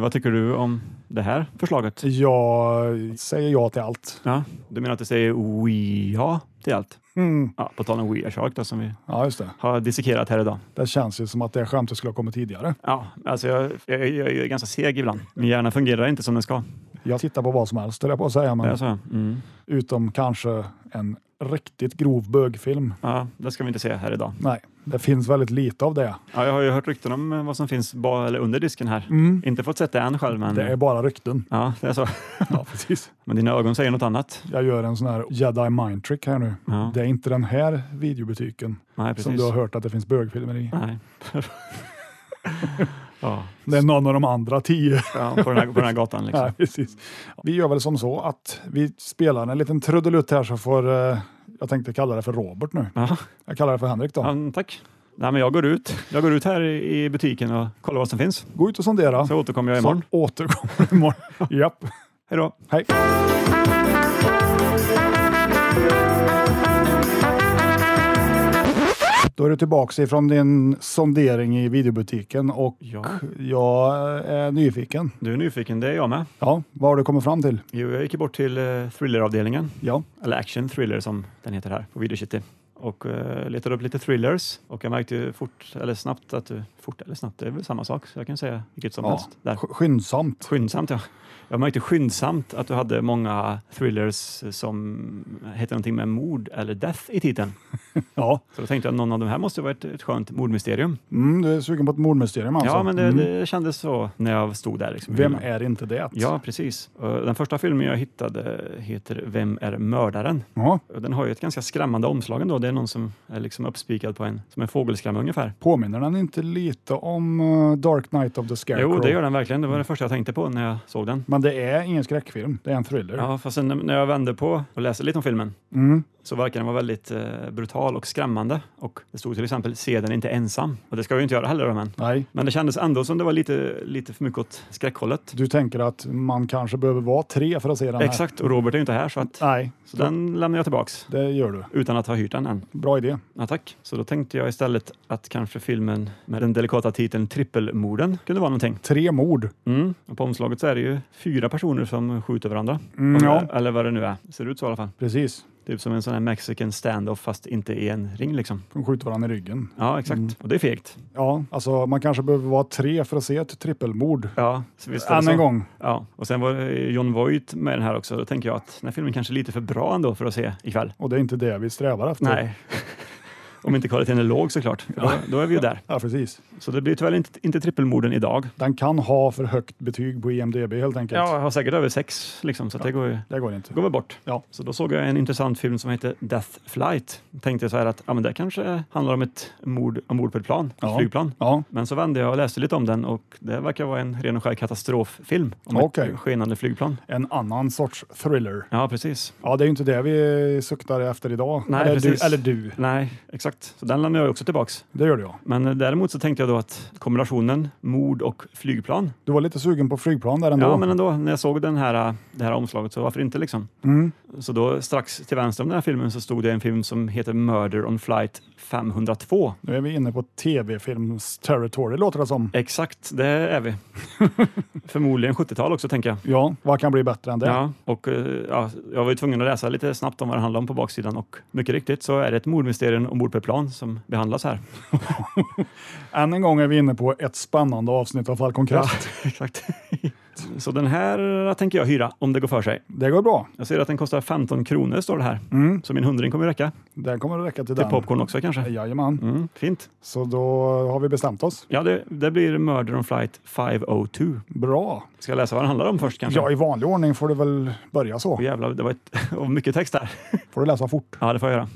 Vad tycker du om det här förslaget?
Jag säger ja till allt.
Ja, du menar att du säger Ouija till allt?
Mm.
Ja, på tal om Ouija Shark då, som vi
Ja, just det.
har dissekerat här idag.
Det känns ju som att det skämtet skulle ha kommit tidigare.
Ja, alltså jag, jag, jag är ju ganska seg ibland. Min hjärna fungerar inte som den ska.
Jag tittar på vad som helst, höll jag på att säga,
Det, är
men
så. Mm.
utom kanske en riktigt grov bögfilm.
Ja, det ska vi inte se här idag.
Nej, det finns väldigt lite av det.
Ja, jag har ju hört rykten om eh, vad som finns ba- eller under disken här. Inte fått sett det än själv, men
Mm. Det är bara rykten.
ja, det är så.
Ja, precis.
Men dina ögon säger något annat.
Jag gör en sån här jedi mind trick här nu.
Ja.
Det är inte den här videobutiken
Nej,
som
precis.
du har hört att det finns bögfilmer i.
Nej. ja,
Det är någon av de andra tio.
ja, på, den här, på den här gatan liksom.
Ja, precis. Vi gör väl som så att vi spelar en liten trudelutt här så får eh, jag tänkte kalla det för Robert nu.
Ja,
Jag kallar det för Henrik då.
ja, tack. Nej, men jag går ut. Jag går ut här i i butiken och kollar vad som finns.
Gå ut och sondera.
Så återkommer jag imorgon.
Så återkommer du imorgon. Japp.
Hej då!
Hej. Då är du tillbaka ifrån din sondering i videobutiken och
Ja,
jag är nyfiken.
du är nyfiken, det är jag med.
Ja, vad har du kommit fram till?
Jo, jag gick bort till eh, thrilleravdelningen,
Ja,
eller action thriller som den heter här på Video City och eh, letade upp lite thrillers och jag märkte ju fort eller snabbt att du, fort eller snabbt, det är väl samma sak så jag kan säga vilket som
ja.
helst. Där.
sk- skyndsamt.
Skyndsamt ja. Jag märkte skyndsamt att du hade många thrillers som hette någonting med mord eller death i titeln.
Ja.
Så då tänkte jag att någon av de här måste vara ett, ett skönt mordmysterium.
Mm, du är sugen på ett mordmysterium alltså?
Ja, men det,
Mm.
det kändes så när jag stod där. Liksom, i
Vem
hyllan.
är inte det?
Ja, precis. Och Den första filmen jag hittade heter Vem är mördaren?
Ja,
Och Den har ju ett ganska skrämmande omslag ändå. Det är någon som är liksom uppspikad på en, som en fågelskrämma ungefär.
Påminner den inte lite om eh, Dark Knight of the Scarecrow?
Jo, det gör den verkligen. Det var det första jag tänkte på när jag såg den.
Men det är ingen skräckfilm, det är en thriller.
Ja, fast sen när jag vände på och läste lite om filmen
Mm.
så verkar den vara väldigt eh, brutal och skrämmande. Och det stod till exempel “Se den inte ensam” och det ska jag ju inte göra heller. då, Men,
Nej,
men det kändes ändå som det var lite, lite för mycket åt skräckhållet.
du tänker att man kanske behöver vara tre för att se den här?
Exakt, och Robert är ju inte här så, att,
Nej,
så den lämnar jag tillbaks
det gör du.
utan att ha hyrt den än.
Bra idé.
Ja, tack. Så då tänkte jag istället att kanske filmen med den delikata titeln Trippelmorden kunde vara någonting.
Tre mord.
Mm. Och på omslaget så är det ju fyra personer som skjuter varandra.
Mm,
Eller-
ja.
Eller vad det nu är. Ser ut så i alla fall.
Precis.
Typ som en sån här mexican standoff fast inte i en ring liksom.
De skjuter varandra i ryggen.
Ja, exakt.
Mm.
Och det är fegt.
Ja, alltså man kanske behöver vara tre för att se ett trippelmord.
Ja, så visst var det
Än
så.
en gång.
Ja, och sen var eh, John Voight med den här också. Då tänker jag att den här filmen kanske är lite för bra ändå för att se ikväll.
Och det är inte det vi strävar efter.
Nej. Om inte kvaliteten är låg såklart. För Då, då är vi ju där.
Ja, precis.
Så det blir tyvärr inte, inte trippelmorden idag.
Den kan ha för högt betyg på IMDB helt enkelt.
Ja, jag har säkert över sex, liksom, så att det går, ju-
Det går inte.
går väl bort.
Ja.
Så då såg jag en intressant film som heter Death Flight. Tänkte så här att ja, men det kanske handlar om ett mord ombord på ett plan, ett
Ja.
flygplan.
Ja,
Men så vände jag och läste lite om den och det verkar vara en ren och skär katastroffilm om
Okej.
ett skenande flygplan.
en annan sorts thriller.
Ja, precis.
Ja, det är ju inte det vi suktar efter idag.
Nej,
eller, du,
precis.
eller du,
Nej, exakt. Så den lämnade jag också tillbaks.
det gör jag.
Men eh, däremot så tänkte jag då att kombinationen mord och flygplan.
Du var lite sugen på flygplan där ändå.
Ja, men ändå, när jag såg den här, eh, det här omslaget så varför inte liksom?
mm.
Så då strax till vänster om den här filmen så stod det en film som heter Murder on flight 502.
Nu är vi inne på tv-films territory låter det som.
Exakt, det är vi. Förmodligen 70-tal också tänker jag.
Ja, vad kan bli bättre än det?
Ja, och eh, ja, jag var ju tvungen att läsa lite snabbt om vad det handlar om på baksidan och mycket riktigt så är det ett mordmysterium ombord på ett plan som behandlas här.
Än en gång är vi inne på ett spännande avsnitt av Falcon Crest.
Exakt. Så den här tänker jag hyra om det går för sig.
Det går bra.
Jag ser att den kostar 15 kronor står det här.
Mm.
Så min hundring kommer räcka.
Den kommer att räcka till,
Till
den.
popcorn också kanske.
Jajamän.
Mm, fint.
Så då har vi bestämt oss.
Ja, det, det blir Murder on flight 502.
Bra.
Ska jag läsa vad den handlar om först kanske?
Ja, i vanlig ordning får du väl börja så.
Åh, jävlar, det var ett, och mycket text där.
Får du läsa fort.
Ja, det får jag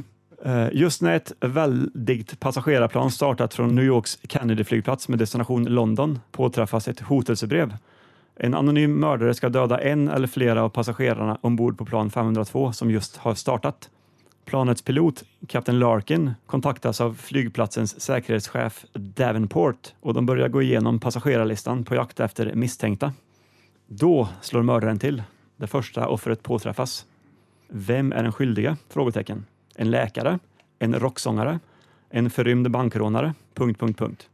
göra. Eh, Just när ett väldigt passagerarplan startat från New Yorks Kennedy-flygplats med destination London påträffas ett hotelsebrev. En anonym mördare ska döda en eller flera av passagerarna ombord på plan 502 som just har startat. Planets pilot, kapten Larkin, kontaktas av flygplatsens säkerhetschef Davenport och de börjar gå igenom passagerarlistan på jakt efter misstänkta. Då slår mördaren till. Det första offret påträffas. Vem är den skyldiga? Frågetecken. En läkare? En rocksångare? En förrymd bankrånare? Punkt, punkt, punkt.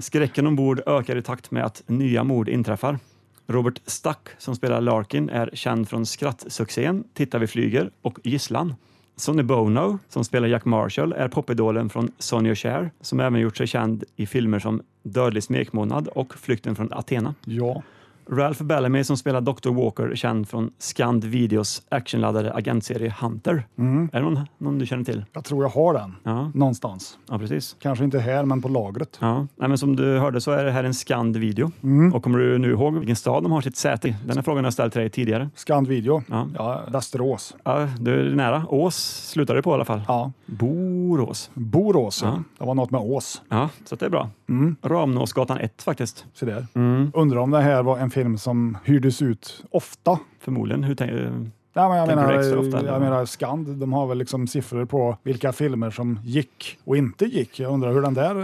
Skräcken ombord ökar i takt med att nya mord inträffar. Robert Stack som spelar Larkin är känd från skrattsuccén Titta vi flyger och Gisslan. Sonny Bono som spelar Jack Marshall är popidolen från Sonny och Cher som även gjort sig känd i filmer som Dödlig smekmånad och Flykten från Athena.
Ja.
Ralph Bellamy som spelar Dr. Walker, känd från Scand Videos actionladdade agentserie Hunter.
Mm.
Är det någon, någon du känner till?
Jag tror jag har den.
Ja,
Någonstans.
ja precis.
Kanske inte här, men på lagret.
Ja. Nej, men som du hörde så är det här en Scand Video.
Mm.
Och kommer du nu ihåg vilken stad de har sitt säte i? Den här frågan har jag ställt till dig tidigare.
Scand Video.
Ja.
Ja, Västerås.
Ja, du är nära. Ås slutar det på i alla fall.
Ja.
Borås.
Borås.
Ja.
Det var något med Ås.
Ja, så att det är bra.
Mm.
Ramnåsgatan 1 faktiskt.
Så där.
Mm.
Undrar om det här var en film som hyrdes ut ofta.
Förmodligen. Hur tänk-
Nej, men jag,
Tänker du
menar,
extra ofta, eller?
jag menar Skand, de har väl liksom siffror på vilka filmer som gick och inte gick. Jag undrar hur den där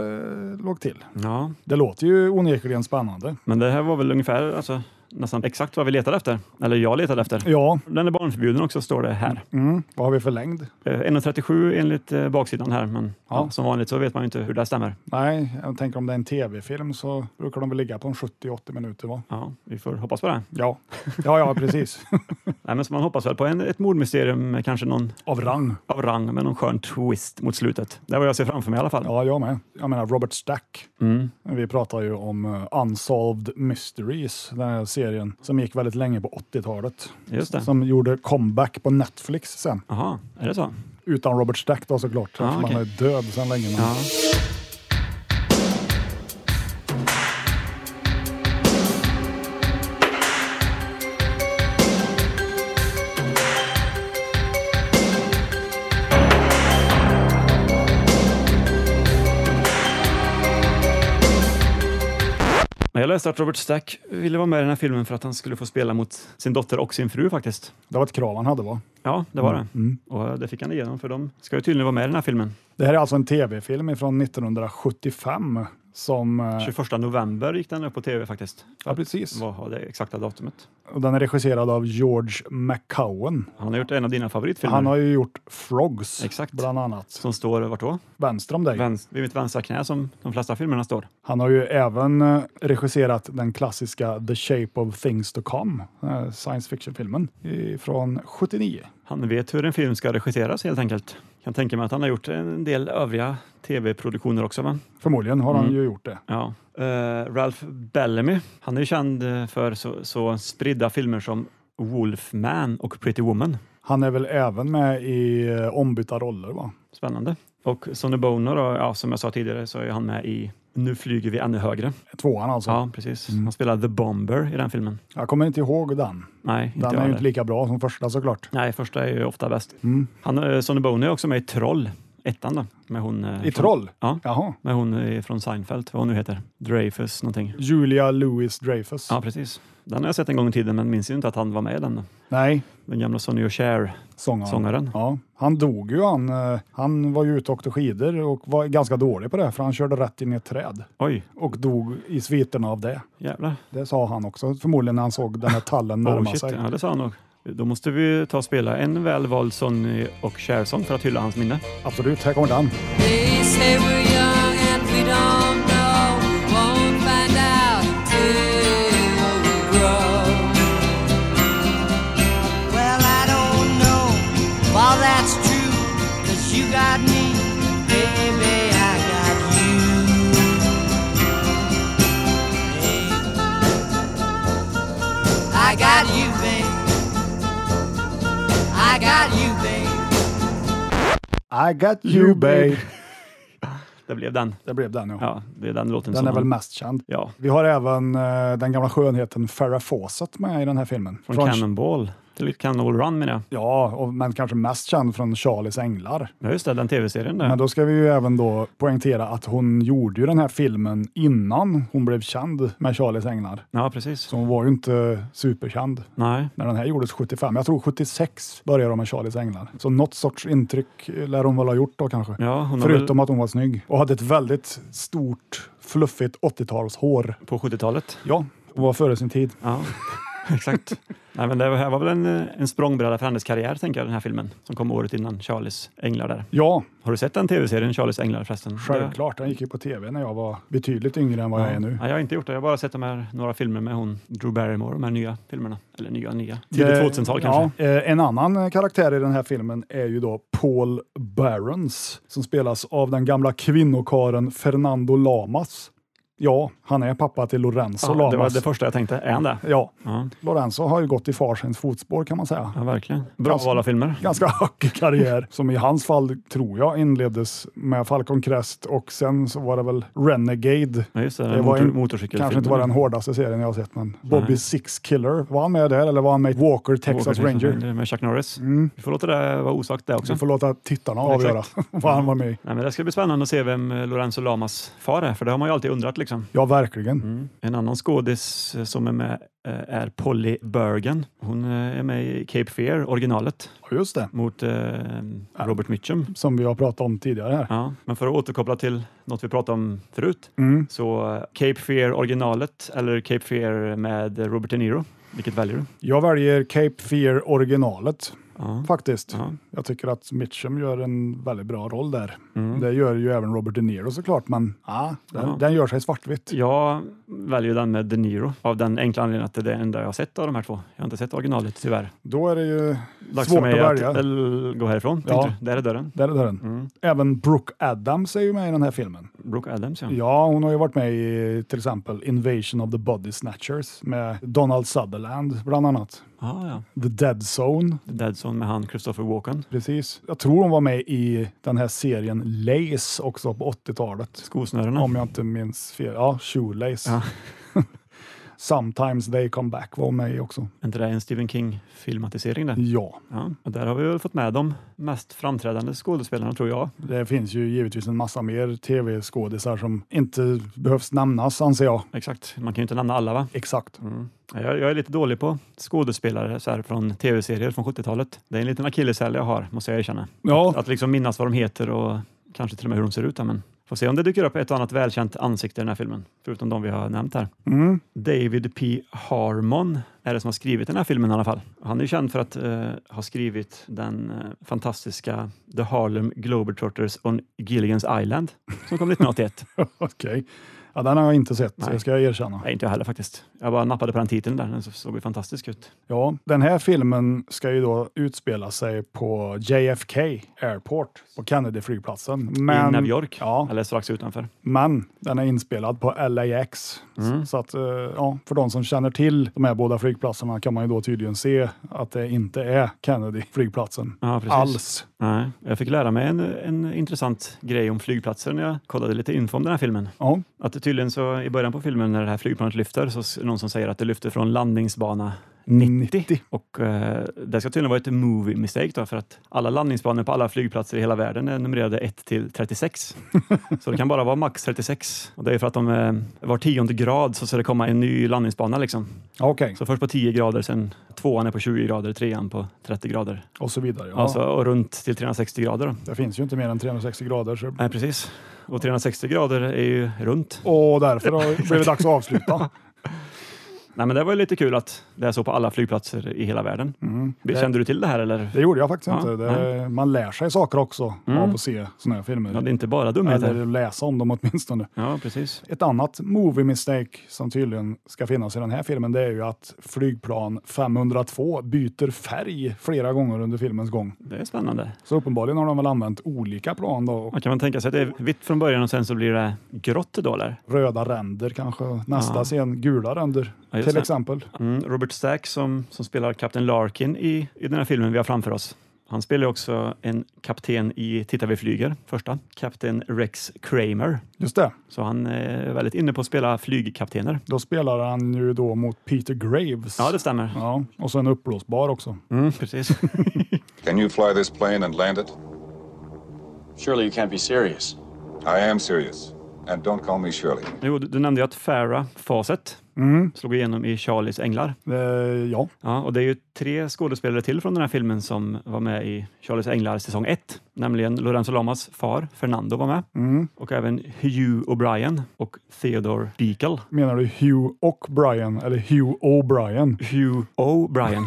eh, låg till.
ja,
Det låter ju onekligen spännande.
men det här var väl ungefär alltså, nästan exakt vad vi letade efter. Eller jag letade efter.
Ja,
Den är barnförbjuden också, står det här.
mm. vad har vi för längd?
Eh, 1,37 enligt eh, baksidan här, men ja.
Ja.
som vanligt så vet man ju inte hur det här stämmer.
Nej, jag tänker om det är en tv-film så brukar de väl ligga på en 70-80 minuter va?
Ja, vi får hoppas på det.
Ja, ja, ja precis.
Nej, men så man hoppas väl på en, ett mordmysterium med kanske någon
Av rang.
av rang med någon skön twist mot slutet. Det är vad jag ser framför mig i alla fall.
Ja, jag med. Jag menar Robert Stack.
Mm.
Vi pratar ju om eh, Unsolved Mysteries, den här serien som gick väldigt länge på 80-talet.
Just det.
Som gjorde comeback på Netflix sen.
Jaha, är det så?
Utan Robert Stack då såklart,
Ah,
eftersom han
okej.
är död sedan länge. Men
Ja. Men Jag läste att Robert Stack ville vara med i den här filmen för att han skulle få spela mot sin dotter och sin fru faktiskt.
Det var ett krav han hade va?
Ja, det var det.
Mm.
Och det fick han igenom för de ska ju tydligen vara med i den här filmen.
Det här är alltså en tv-film från 1975 som... eh,
21 november gick den upp på tv faktiskt.
Ja, precis.
Vad har det exakta datumet?
Och Den är regisserad av George McCowan.
Han har gjort en av dina favoritfilmer.
Han har ju gjort Frogs
Exakt.
bland annat.
Som står vart då?
Vänster om dig.
Vänst, vid mitt vänstra knä som de flesta filmerna står.
Han har ju även eh, regisserat den klassiska The Shape of Things To Come, eh, science fiction-filmen i- från 79.
Han vet hur en film ska regisseras helt enkelt. Kan tänka mig att han har gjort en del övriga tv-produktioner också. Va?
Förmodligen har han
Mm.
ju gjort det.
Ja. Eh, Ralph Bellamy, han är ju känd eh, för så, så spridda filmer som Wolfman och Pretty Woman.
Han är väl även med i eh, ombytta roller va?
Spännande. Och Sonny Bono, då, ja, som jag sa tidigare, så är han med i Nu flyger vi ännu högre.
Tvåan alltså.
Ja, precis. Han spelar The Bomber i den filmen.
Jag kommer inte ihåg den.
Nej, inte
Den
jag
är ju
heller.
inte lika bra som första såklart.
Nej, första är ju ofta bäst.
Mm.
Han, eh, Sonny Bono är också med i Troll, ettan då. Med hon, eh,
I
från-
Troll?
Ja.
Jaha.
Med hon eh, från Seinfeld, vad hon nu heter. Dreyfus någonting.
Julia Louis Dreyfus.
Ja, precis. Den har jag sett en gång i tiden, men minns ju inte att han var med i den. då.
Nej,
Den gamla Sonny och Cher,
sångaren.
sångaren.
Ja, han dog ju han. eh, Han var ju ute och åkte skidor och var ganska dålig på det för han körde rätt in i ett träd
Oj,
och dog i sviterna av det.
jävlar.
Det sa han också förmodligen när han såg den här tallen
Oh,
närma
shit.
sig.
Ja, det sa han nog. Då måste vi ta och spela en välvald Sonny och Cher-sång för att hylla hans minne.
Absolut, här kommer den.
They say we're young and we don't know. Won't find out till we grow.
Well, I don't know if all that's true. Cause you got me, baby, I got you. Babe. I got you, babe. I got you, babe.
I got you babe.
Det blev den.
Det blev den ja.
Ja, det är den låten
Den
som
är väl
han-
mest känd.
Ja,
Vi har även eh, den gamla skönheten Farah Fawcett med i den här filmen.
från, Cannonball. Till Cannonball Run menar jag.
Ja, och, men kanske mest känd från Charlies Änglar.
Ja, just det, den tv-serien där.
Men Eh, då ska vi ju även då poängtera att hon gjorde ju den här filmen innan hon blev känd med Charlies Änglar.
Ja, precis.
Så hon var ju inte superkänd
Nej,
när den här gjordes 75. Jag tror 76 började de med Charlies Änglar. Så något sorts intryck lär hon väl ha gjort då kanske.
ja, hon har
Förutom att hon var snygg och hade ett väldigt stort, fluffigt 80-talshår.
väl på 70-talet.
Ja, och var före sin tid.
Ja, exakt. Nej, men det här var väl en, en språngbräda för hennes karriär, tänker jag, den här filmen som kom året innan Charlies Änglar där.
Ja,
Har du sett den tv-serien, Charlies Änglar förresten?
självklart. Den gick ju på tv när jag var betydligt yngre än vad jag är nu.
Ja, jag har inte gjort det. Jag har bara sett de här, några filmer med hon, Drew Barrymore, de här nya filmerna. Eller nya, nya. Tidigt
Det-
2000-tal kanske.
Ja, eh, en annan eh, karaktär i den här filmen är ju då Paul Barons som spelas av den gamla kvinnokaren Fernando Lamas. Ja, han är pappa till Lorenzo
Ja, det var
Lamas.
det första jag tänkte. Är han det?
Ja,
Ja,
Lorenzo har ju gått i farsens fotspår kan man säga.
ja verkligen. Bra
Ganska-
val av filmer.
Ganska hög karriär, som i hans fall tror jag inleddes med Falcon Crest och sen så var det väl Renegade.
Ja, just det,
Det
det
var
motor,
en-
motorcykelfilmen.
Kanske inte var den hårdaste serien jag har sett, men Bobby Six Killer, var han med där eller var han med i Walker Texas
Walker
Ranger? Mm.
Med Chuck Norris. Vi får låta det vara osagt det
Så
också.
får låta tittarna avgöra vad han var med i.
Nej, men det ska bli spännande att se vem eh, Lorenzo Lamas far är, för det har man ju alltid undrat. Liksom.
Ja, verkligen.
En annan skådis eh, som är med eh, är Polly Bergen. Hon eh, är med i Cape Fear, originalet,
Ja, just det.
mot eh, Robert Mitchum.
Som vi har pratat om tidigare här.
Ja, men för att återkoppla till något vi pratade om förut,
Mm.
så eh, Cape Fear originalet eller Cape Fear med eh, Robert De Niro, vilket väljer du?
Jag väljer Cape Fear originalet
Ja.
faktiskt.
Ja.
Jag tycker att Mitchum gör en väldigt bra roll där.
Mm.
Det gör ju även Robert De Niro såklart, men ja, den,
Ja.
den gör sig svartvitt.
Jag väljer den med De Niro av den enkla anledningen att det är det enda jag har sett av de här två. Jag har inte sett originalet tyvärr.
Då är det ju svårt
Dags för
att
mig
välja.
att äl, gå härifrån.
Ja.
Ja. Där är dörren.
Där är den.
Mm.
Även Brooke Adams är ju med i den här filmen.
Brooke Adams ja.
Ja, hon har ju varit med i till exempel Invasion of the Body Snatchers med Donald Sutherland bland annat.
Ah, ja.
The Dead Zone,
The Dead Zone med han Christopher Walken.
precis. Jag tror hon var med i den här serien Lace också på 80-talet.
Skosnörena.
Om jag inte minns fel. Ja, Shoelace.
Ja.
Sometimes they come back var hon med i också.
Är inte det en Stephen King-filmatisering det?
Ja,
Ja. Och där har vi väl fått med de mest framträdande skådespelarna tror jag.
det finns ju givetvis en massa mer tv-skådisar som inte behövs nämnas anser jag.
Exakt, man kan ju inte nämna alla va?
Exakt.
Ja, Jag, jag är lite dålig på skådespelare så här, från tv-serier från 70-talet. Det är en liten akilleshäl jag har, måste jag erkänna.
Ja,
Att liksom minnas vad de heter och kanske till och med hur de ser ut. ja, Men får se om det dyker upp ett och annat välkänt ansikte i den här filmen, förutom de vi har nämnt här.
mm.
David P. Harmon är det som har skrivit den här filmen i alla fall. Han är ju känd för att eh, ha skrivit den eh, fantastiska The Harlem Globetrotters on Gilligan's Island som kom 1981.
okej. Ja, den har jag inte sett,
Nej.
det ska jag erkänna.
Nej, inte jag heller faktiskt. Jag bara nappade på den titeln där. Den så- såg ju fantastisk ut.
Ja, den här filmen ska ju då utspela sig på JFK Airport på Kennedy-flygplatsen.
I New York,
Ja,
eller strax utanför.
men den är inspelad på LAX.
Mm.
Så, så att, eh, ja, för de som känner till de här båda flygplatserna kan man ju då tydligen se att det inte är Kennedy-flygplatsen
Ja, precis.
alls.
Nej, jag fick lära mig en, en intressant grej om flygplatser när jag kollade lite info om den här filmen.
Ja,
Att det tydligen så i början på filmen när det här flygplanet lyfter så är det någon som säger att det lyfter från landningsbana 90.
90.
Och eh, det ska tydligen vara ett movie mistake då, för att alla landningsbanor på alla flygplatser i hela världen är numrerade 1 till 36. så det kan bara vara max 36. Och det är för att de, eh, var tionde grad så ska det komma en ny landningsbana liksom.
Okej,
Så först på 10 grader, sen tvåan är på 20 grader, trean på 30 grader.
och så vidare. Ja.
Alltså och runt till 360 grader då.
det finns ju inte mer än 360 grader. Så...
Nej, precis. Och 360 grader är ju runt.
Och därför har- blev det dags att avsluta.
Nej, men det var ju lite kul att det är så på alla flygplatser i hela världen.
Det-
Kände du till det här eller?
Mm. Det gjorde jag faktiskt
Ja, Mm.
inte. Det, man lär sig saker också av att se sådana här filmer.
Ja, det är inte bara
Eller
dumheter.
läsa om dem åtminstone.
Ja, precis.
Ett annat movie mistake som tydligen ska finnas i den här filmen det är ju att flygplan 502 byter färg flera gånger under filmens gång.
Det är spännande.
Så uppenbarligen har de väl använt olika plan då. Och
Man kan man tänka sig att det är vitt från början och sen så blir det grått då eller?
röda ränder kanske. Nästa
Ja.
scen gula ränder
Ja, just
till
det.
exempel.
Mm. Robert Stack som, som spelar kapten Larkin i, i den här filmen vi har framför oss. Han spelar ju också en kapten i Titta vi flyger, första. Kapten Rex Kramer.
Just det,
Så han är väldigt inne på att spela flygkaptener.
då spelar han ju då mot Peter Graves.
Ja, det stämmer.
Ja, och så en uppblåsbar också.
Mm, precis.
Can you fly this plane and land it?
Surely you can't be serious.
I am serious. And don't call me Shirley.
Jo, du, du nämnde ju att Farah Fawcett
Mm.
slog igenom i Charlies Änglar.
Eh, ja,
Ja, och det är ju tre skådespelare till från den här filmen som var med i Charlies Änglar säsong 1. Nämligen Lorenzo Lamas far Fernando var med och även Hugh O'Brien och Theodore Deacle.
menar du Hugh och Brian eller Hugh O'Brien?
Hugh O'Brien.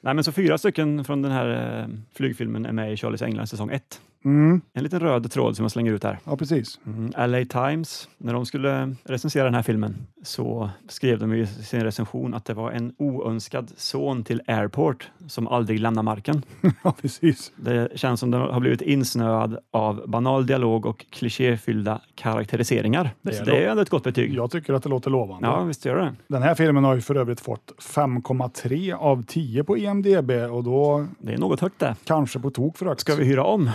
Nej, men så fyra stycken från den här eh, flygfilmen är med i Charlies Änglar säsong 1. En liten röd tråd som jag slänger ut här.
Ja, precis.
Mm. LA Times, när de skulle recensera den här filmen så skrev de ju i sin recension att det var en oönskad son till Airport som aldrig lämnar marken.
Ja, precis.
Det känns som den har blivit insnöad av banal dialog och klichéfyllda karaktäriseringar.
Det är
så
det.
det är ju ändå ett gott betyg. Ja.
Jag tycker att det låter lovande.
visst gör det.
Den här filmen har ju för övrigt fått 5,3 av 10 på E IMDB och då
Det är något högt det.
kanske på tok för högt.
Ska vi hyra om?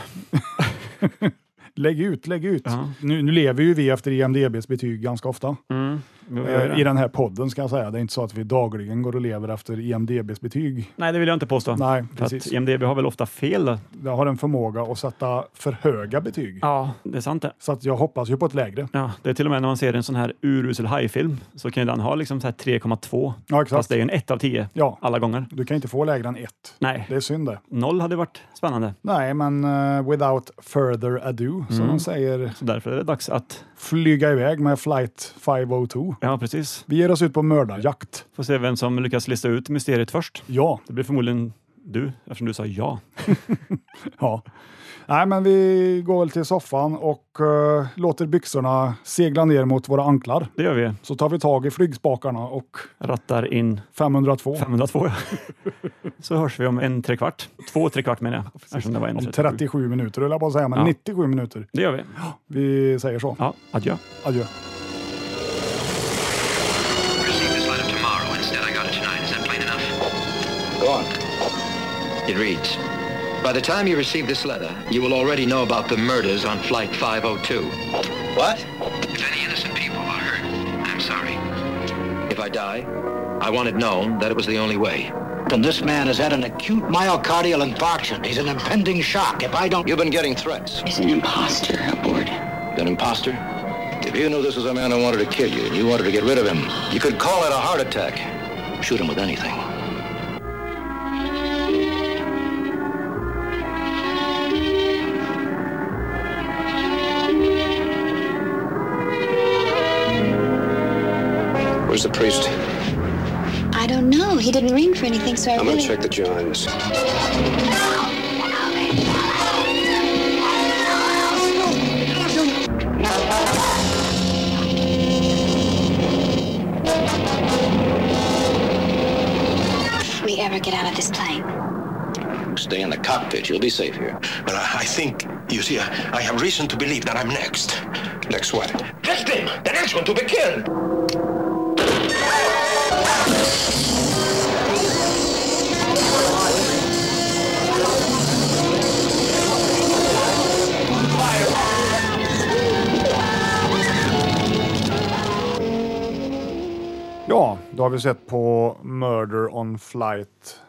Lägg ut, lägg ut.
Ja. Mm.
Nu, nu lever ju vi efter E IMDBs betyg ganska ofta.
Jo, vi
Eh,
gör
I
det.
den här podden ska jag säga. Det är inte så att vi dagligen går och lever efter E IMDBs betyg.
Nej, det vill jag inte påstå.
Nej,
För
precis.
att IMDB har väl ofta fel? då?
Jag har en förmåga att sätta för höga betyg.
Ja, det är sant det.
Så att jag hoppas ju på ett lägre.
Ja, det är till och med när man ser en sån här urusel hajfilm så kan ju den ha liksom så här 3,2.
Ja, exakt.
Fast det är ju en 1 av 10
Ja.
alla gånger.
Du kan inte få lägre än ett.
Nej,
Det är synd det.
noll hade varit spännande.
Nej, men eh, without further ado,
Mm.
som de säger,
Så därför är det dags att,
flyga iväg med flight 502.
ja precis,
Vi ger oss ut på mördarjakt.
få se vem som lyckas lista ut mysteriet först.
Ja,
Det blir förmodligen du, eftersom du sa ja.
Ja. Nej, men vi går väl till soffan och eh, låter byxorna segla ner mot våra anklar.
Det gör vi.
Så tar vi tag i flygspakarna och
Rattar in
502.
502. Så hörs vi om en trekvart. Två trekvart menar jag. Eftersom det var en
Om
37.
37 minuter, höll jag på att säga, men
Ja.
97 minuter.
Det gör vi.
Vi säger så.
Ja, adjö.
Adjö.
Received this letter tomorrow. Instead, I got it tonight. Is that plain enough?
Go on.
It reads By the time you receive this letter, you will already know about the murders on Flight 502.
What?
If any innocent people are hurt, I'm sorry. If I die, I want it known that it was the only way.
Then this man has had an acute myocardial infarction. He's an impending shock. If I don't...
You've been getting threats.
There's an imposter aboard.
An imposter? If you knew this was a man who wanted to kill you and you wanted to get rid of him, you could call it a heart attack. Shoot him with anything.
Where's the priest?
I don't know. He didn't ring for anything, so I really.
the joints.
ever get out of this plane?
Stay in the cockpit. You'll be safe here.
But I, I think, you see, I, I have reason to believe that I'm next.
Next what?
Just him, the next one to be killed.
Ja, då har vi sett på Murder on Flight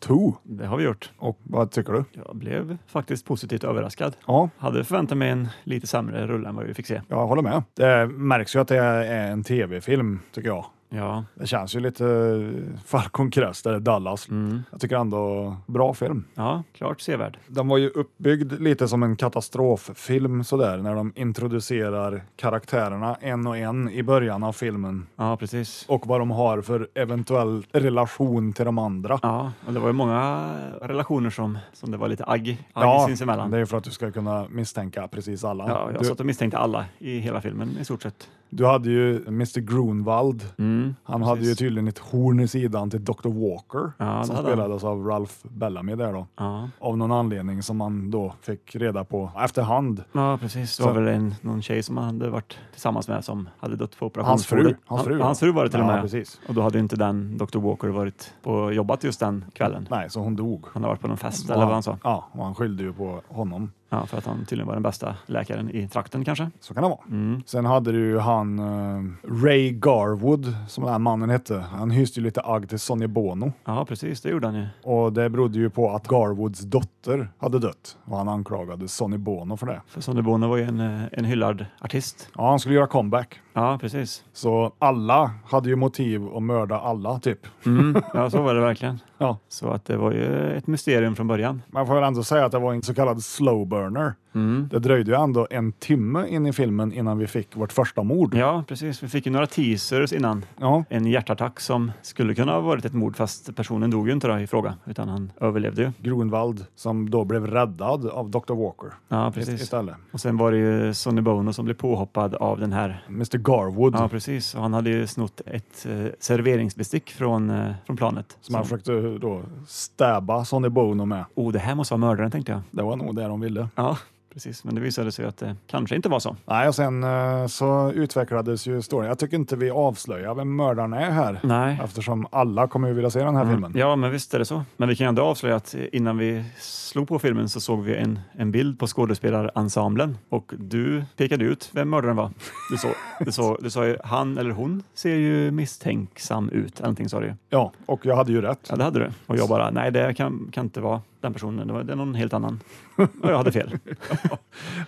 502.
Det har vi gjort.
Och vad tycker du?
Jag blev faktiskt positivt överraskad.
Ja,
Hade förväntat mig en lite sämre rulle än vad vi fick se.
jag håller med. Det märks ju att det är en tv-film, tycker jag.
Ja,
Det känns ju lite eh, Falcon Crest eller Dallas.
Mm.
Jag tycker ändå bra film.
ja klart sevärd.
Den var ju uppbyggd lite som en katastroffilm sådär när de introducerar karaktärerna en och en i början av filmen
Ja, precis.
och vad de har för eventuell relation till de andra.
Ja, och det var ju många relationer som, som det var lite agg, agg sinsemellan.
det är ju för att du ska kunna misstänka precis alla.
Ja, jag
du,
satt och misstänkte alla i hela filmen i stort sett.
du hade ju Mr Grunwald. Han hade ju
Mm, precis.
tydligen ett horn i sidan till Dr Walker
Ja, det
som
hade han.
spelades av Ralph Bellamy där då.
Ja,
Av någon anledning som man då fick reda på efterhand.
ja precis. Det
Så-
var väl en, någon tjej som han hade varit tillsammans med som hade dött på
Hans fru.
operationsbordet.
Hans fru,
Han-
ja.
hans fru var det till och
Ja,
med.
precis.
Och då hade ju inte den Dr Walker varit på jobbat just den kvällen.
Nej, så hon dog.
Han hade varit på någon fest
Och
eller vad han sa.
Ja, och han skyllde ju på honom.
Ja, för att han tydligen var den bästa läkaren i trakten kanske.
Så kan det vara.
Mm.
Sen hade du ju han eh, Ray Garwood, som den här mannen hette. Han hyste ju lite agg till Sonny Bono
Ja, precis. Det gjorde han ju.
och det berodde ju på att Garwoods dotter hade dött och han anklagade Sonny Bono för det.
För Sonny Bono var ju en, eh, en hyllad artist.
Ja, han skulle göra comeback.
Ja, precis.
Så alla hade ju motiv att mörda alla, typ.
Mm. Ja, så var det verkligen.
Ja.
Så att det var ju ett mysterium från början.
Man får väl ändå säga att det var en så kallad slow burner.
Mm.
Det dröjde ju ändå en timme in i filmen innan vi fick vårt första mord.
Ja, precis. Vi fick ju några teasers innan.
Ja.
En hjärtattack som skulle kunna ha varit ett mord fast personen dog ju inte då i fråga utan han överlevde ju.
Grunwald som då blev räddad av Dr. Walker
Ja,
ist-
precis.
istället.
Och sen var det ju Sonny Bono som blev påhoppad av den här.
Mr Garwood
Ja, precis. Och han hade ju snott ett eh, serveringsbestick från, eh, från planet.
som han försökte eh, då stäba Sonny Bono med.
Oh, det här måste vara mördaren tänkte jag.
Det var nog det de ville.
Ja, precis. Men det visade sig att det kanske inte var så.
Nej, och sen eh, så utvecklades ju storyn. Jag tycker inte vi avslöjar vem mördaren är här.
Nej. Mm.
Eftersom alla kommer ju vilja se den här filmen.
Ja, men visst är det så. Men vi kan ju ändå avslöja att innan vi slog på filmen så såg vi en, en bild på skådespelarensemblen och du pekade ut vem mördaren var. Du, så, du, så, du sa ju han eller hon ser ju misstänksam ut, eller någonting sa du ju.
Ja, och jag hade ju rätt.
Ja, det hade du. Och jag bara, nej det kan, kan inte vara den personen, det, var, det är någon helt annan. Och jag hade fel.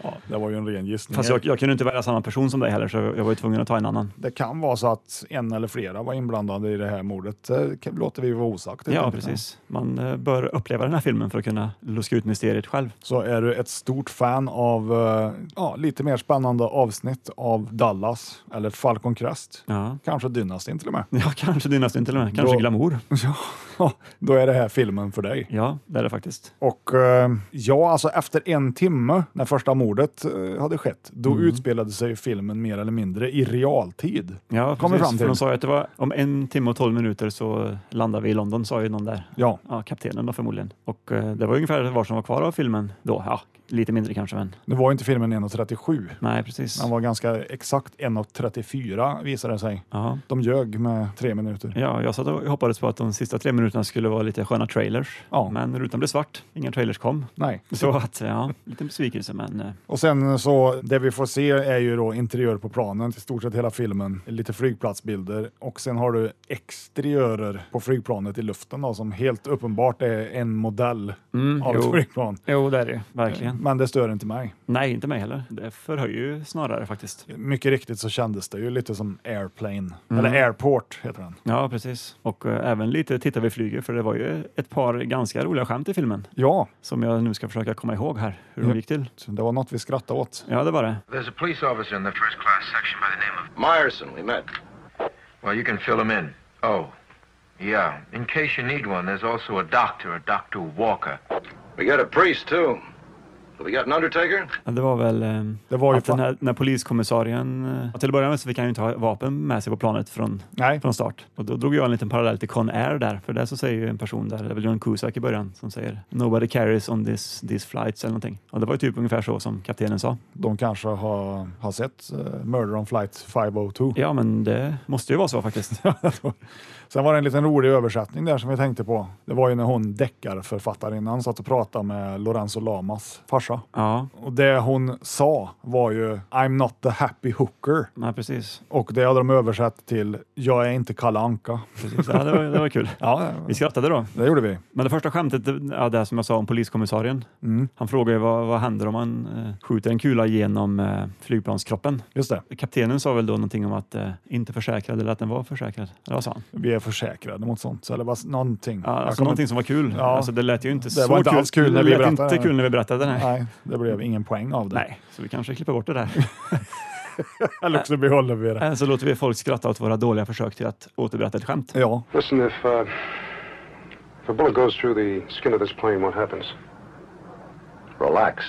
Ja, det var ju en ren gissning.
Fast jag, jag kunde inte välja samma person som dig heller så jag var ju tvungen att ta en annan.
Det kan vara så att en eller flera var inblandade i det här mordet. Det kan- låter vi vara osagt. helt
Ja,
enkelt.
precis. Man eh, bör uppleva den här filmen för att kunna luska ut mysteriet själv.
Så är du ett stort fan av eh, ja, lite mer spännande avsnitt av Dallas eller Falcon Crest.
Ja,
Kanske Dynastin till och med.
ja kanske Dynastin till och med. Kanske
Då-
Glamour.
Ja, då är det här filmen för dig.
Ja, det är det faktiskt.
Och eh, ja, alltså efter en timme när första mordet eh, hade skett, då
Mm.
utspelade sig filmen mer eller mindre i realtid.
Ja,
Kommer
precis.
fram
För
till.
de sa ju att det var om en timme och tolv minuter så landar vi i London, sa ju någon där.
Ja,
Ja, kaptenen då förmodligen. Och eh, det var ungefär vad som var kvar av filmen då. Ja, lite mindre kanske, men
nu var ju inte filmen 1.37.
nej, precis.
Den var ganska exakt 1.34 visade det sig.
Ja.
De ljög med tre minuter.
Ja, jag satt och hoppades på att de sista tre minuterna skulle vara lite sköna trailers.
Ja.
Men rutan blev svart. Inga trailers kom.
Nej.
Så att, ja, lite besvikelse, men eh,
Och sen så, det vi får se är ju då interiör på planen, till stort sett hela filmen, lite flygplatsbilder och sen har du exteriörer på flygplanet i luften då, som helt uppenbart är en modell av ett
Mm, jo.
flygplan.
Jo, det är det Verkligen.
Men det stör inte mig.
Nej, inte mig heller. Det förhöjer ju snarare faktiskt.
Mycket riktigt så kändes det ju lite som Airplane,
Mm.
eller Airport heter den.
Ja, precis. Och eh, även lite Titta vi flyger, för det var ju ett par ganska roliga skämt i filmen
Ja,
som jag nu ska försöka komma ihåg här, hur de gick till.
så det var något vi skrattade åt.
Ja, det var det.
There's a police officer in the first class section by the name of.
Myerson, we met.
Well, you can fill him in. Oh, yeah. In case you need one, there's also a doctor, a Dr. Walker.
We got a priest, too. Have we got an undertaker?
Ja, Det var väl eh,
Det var ju
att den
fan-
här, när poliskommissarien... eh, Till att börja med så fick han ju inte ha vapen med sig på planet från,
Nej.
från start. Och då drog jag en liten parallell till Con Air där, för där så säger ju en person där, det är väl John Cusack i början, som säger “Nobody carries on this, these flights” eller någonting. Och det var ju typ ungefär så som kaptenen sa.
De kanske har, har sett eh, Murder on Flight 502.
Ja, men det måste ju vara så faktiskt.
Alltså, Sen var det en liten rolig översättning där som vi tänkte på. Det var ju när hon deckarförfattarinnan satt och pratade med Lorenzo Lamas farsa.
ja,
Och det hon sa var ju I'm not the happy hooker.
nej, precis.
Och det hade de översatt till Jag är inte Kalle Anka.
precis. Ja, det, var, det var kul.
Ja,
Vi skrattade då.
det gjorde vi.
Men det första skämtet, det- ja, det här som jag sa om poliskommissarien. Han frågar ju vad, vad händer om man eh, skjuter en kula genom eh, flygplanskroppen?
Just det.
Kaptenen sa väl då någonting om att eh, inte försäkrad eller att den var försäkrad. Eller vad sa han?
Vi är försäkrade mot sånt. Så det var någonting.
Ja,
Jag
alltså
kommer
någonting som var kul.
Ja.
Alltså, det lät ju inte
Det
så
var inte alls kul när vi
det lät
berättade
inte
det.
kul när vi berättade. Nej.
inte-
Nej.
Nej, det blev ingen poäng av det.
så vi kanske klipper bort det där.
Eller också behåller vi det.
Eller så låter vi folk skratta åt våra dåliga försök till att återberätta ett skämt.
Ja,
Listen, if, uh, if a bullet goes through the skin of this plane, what happens?
Relax.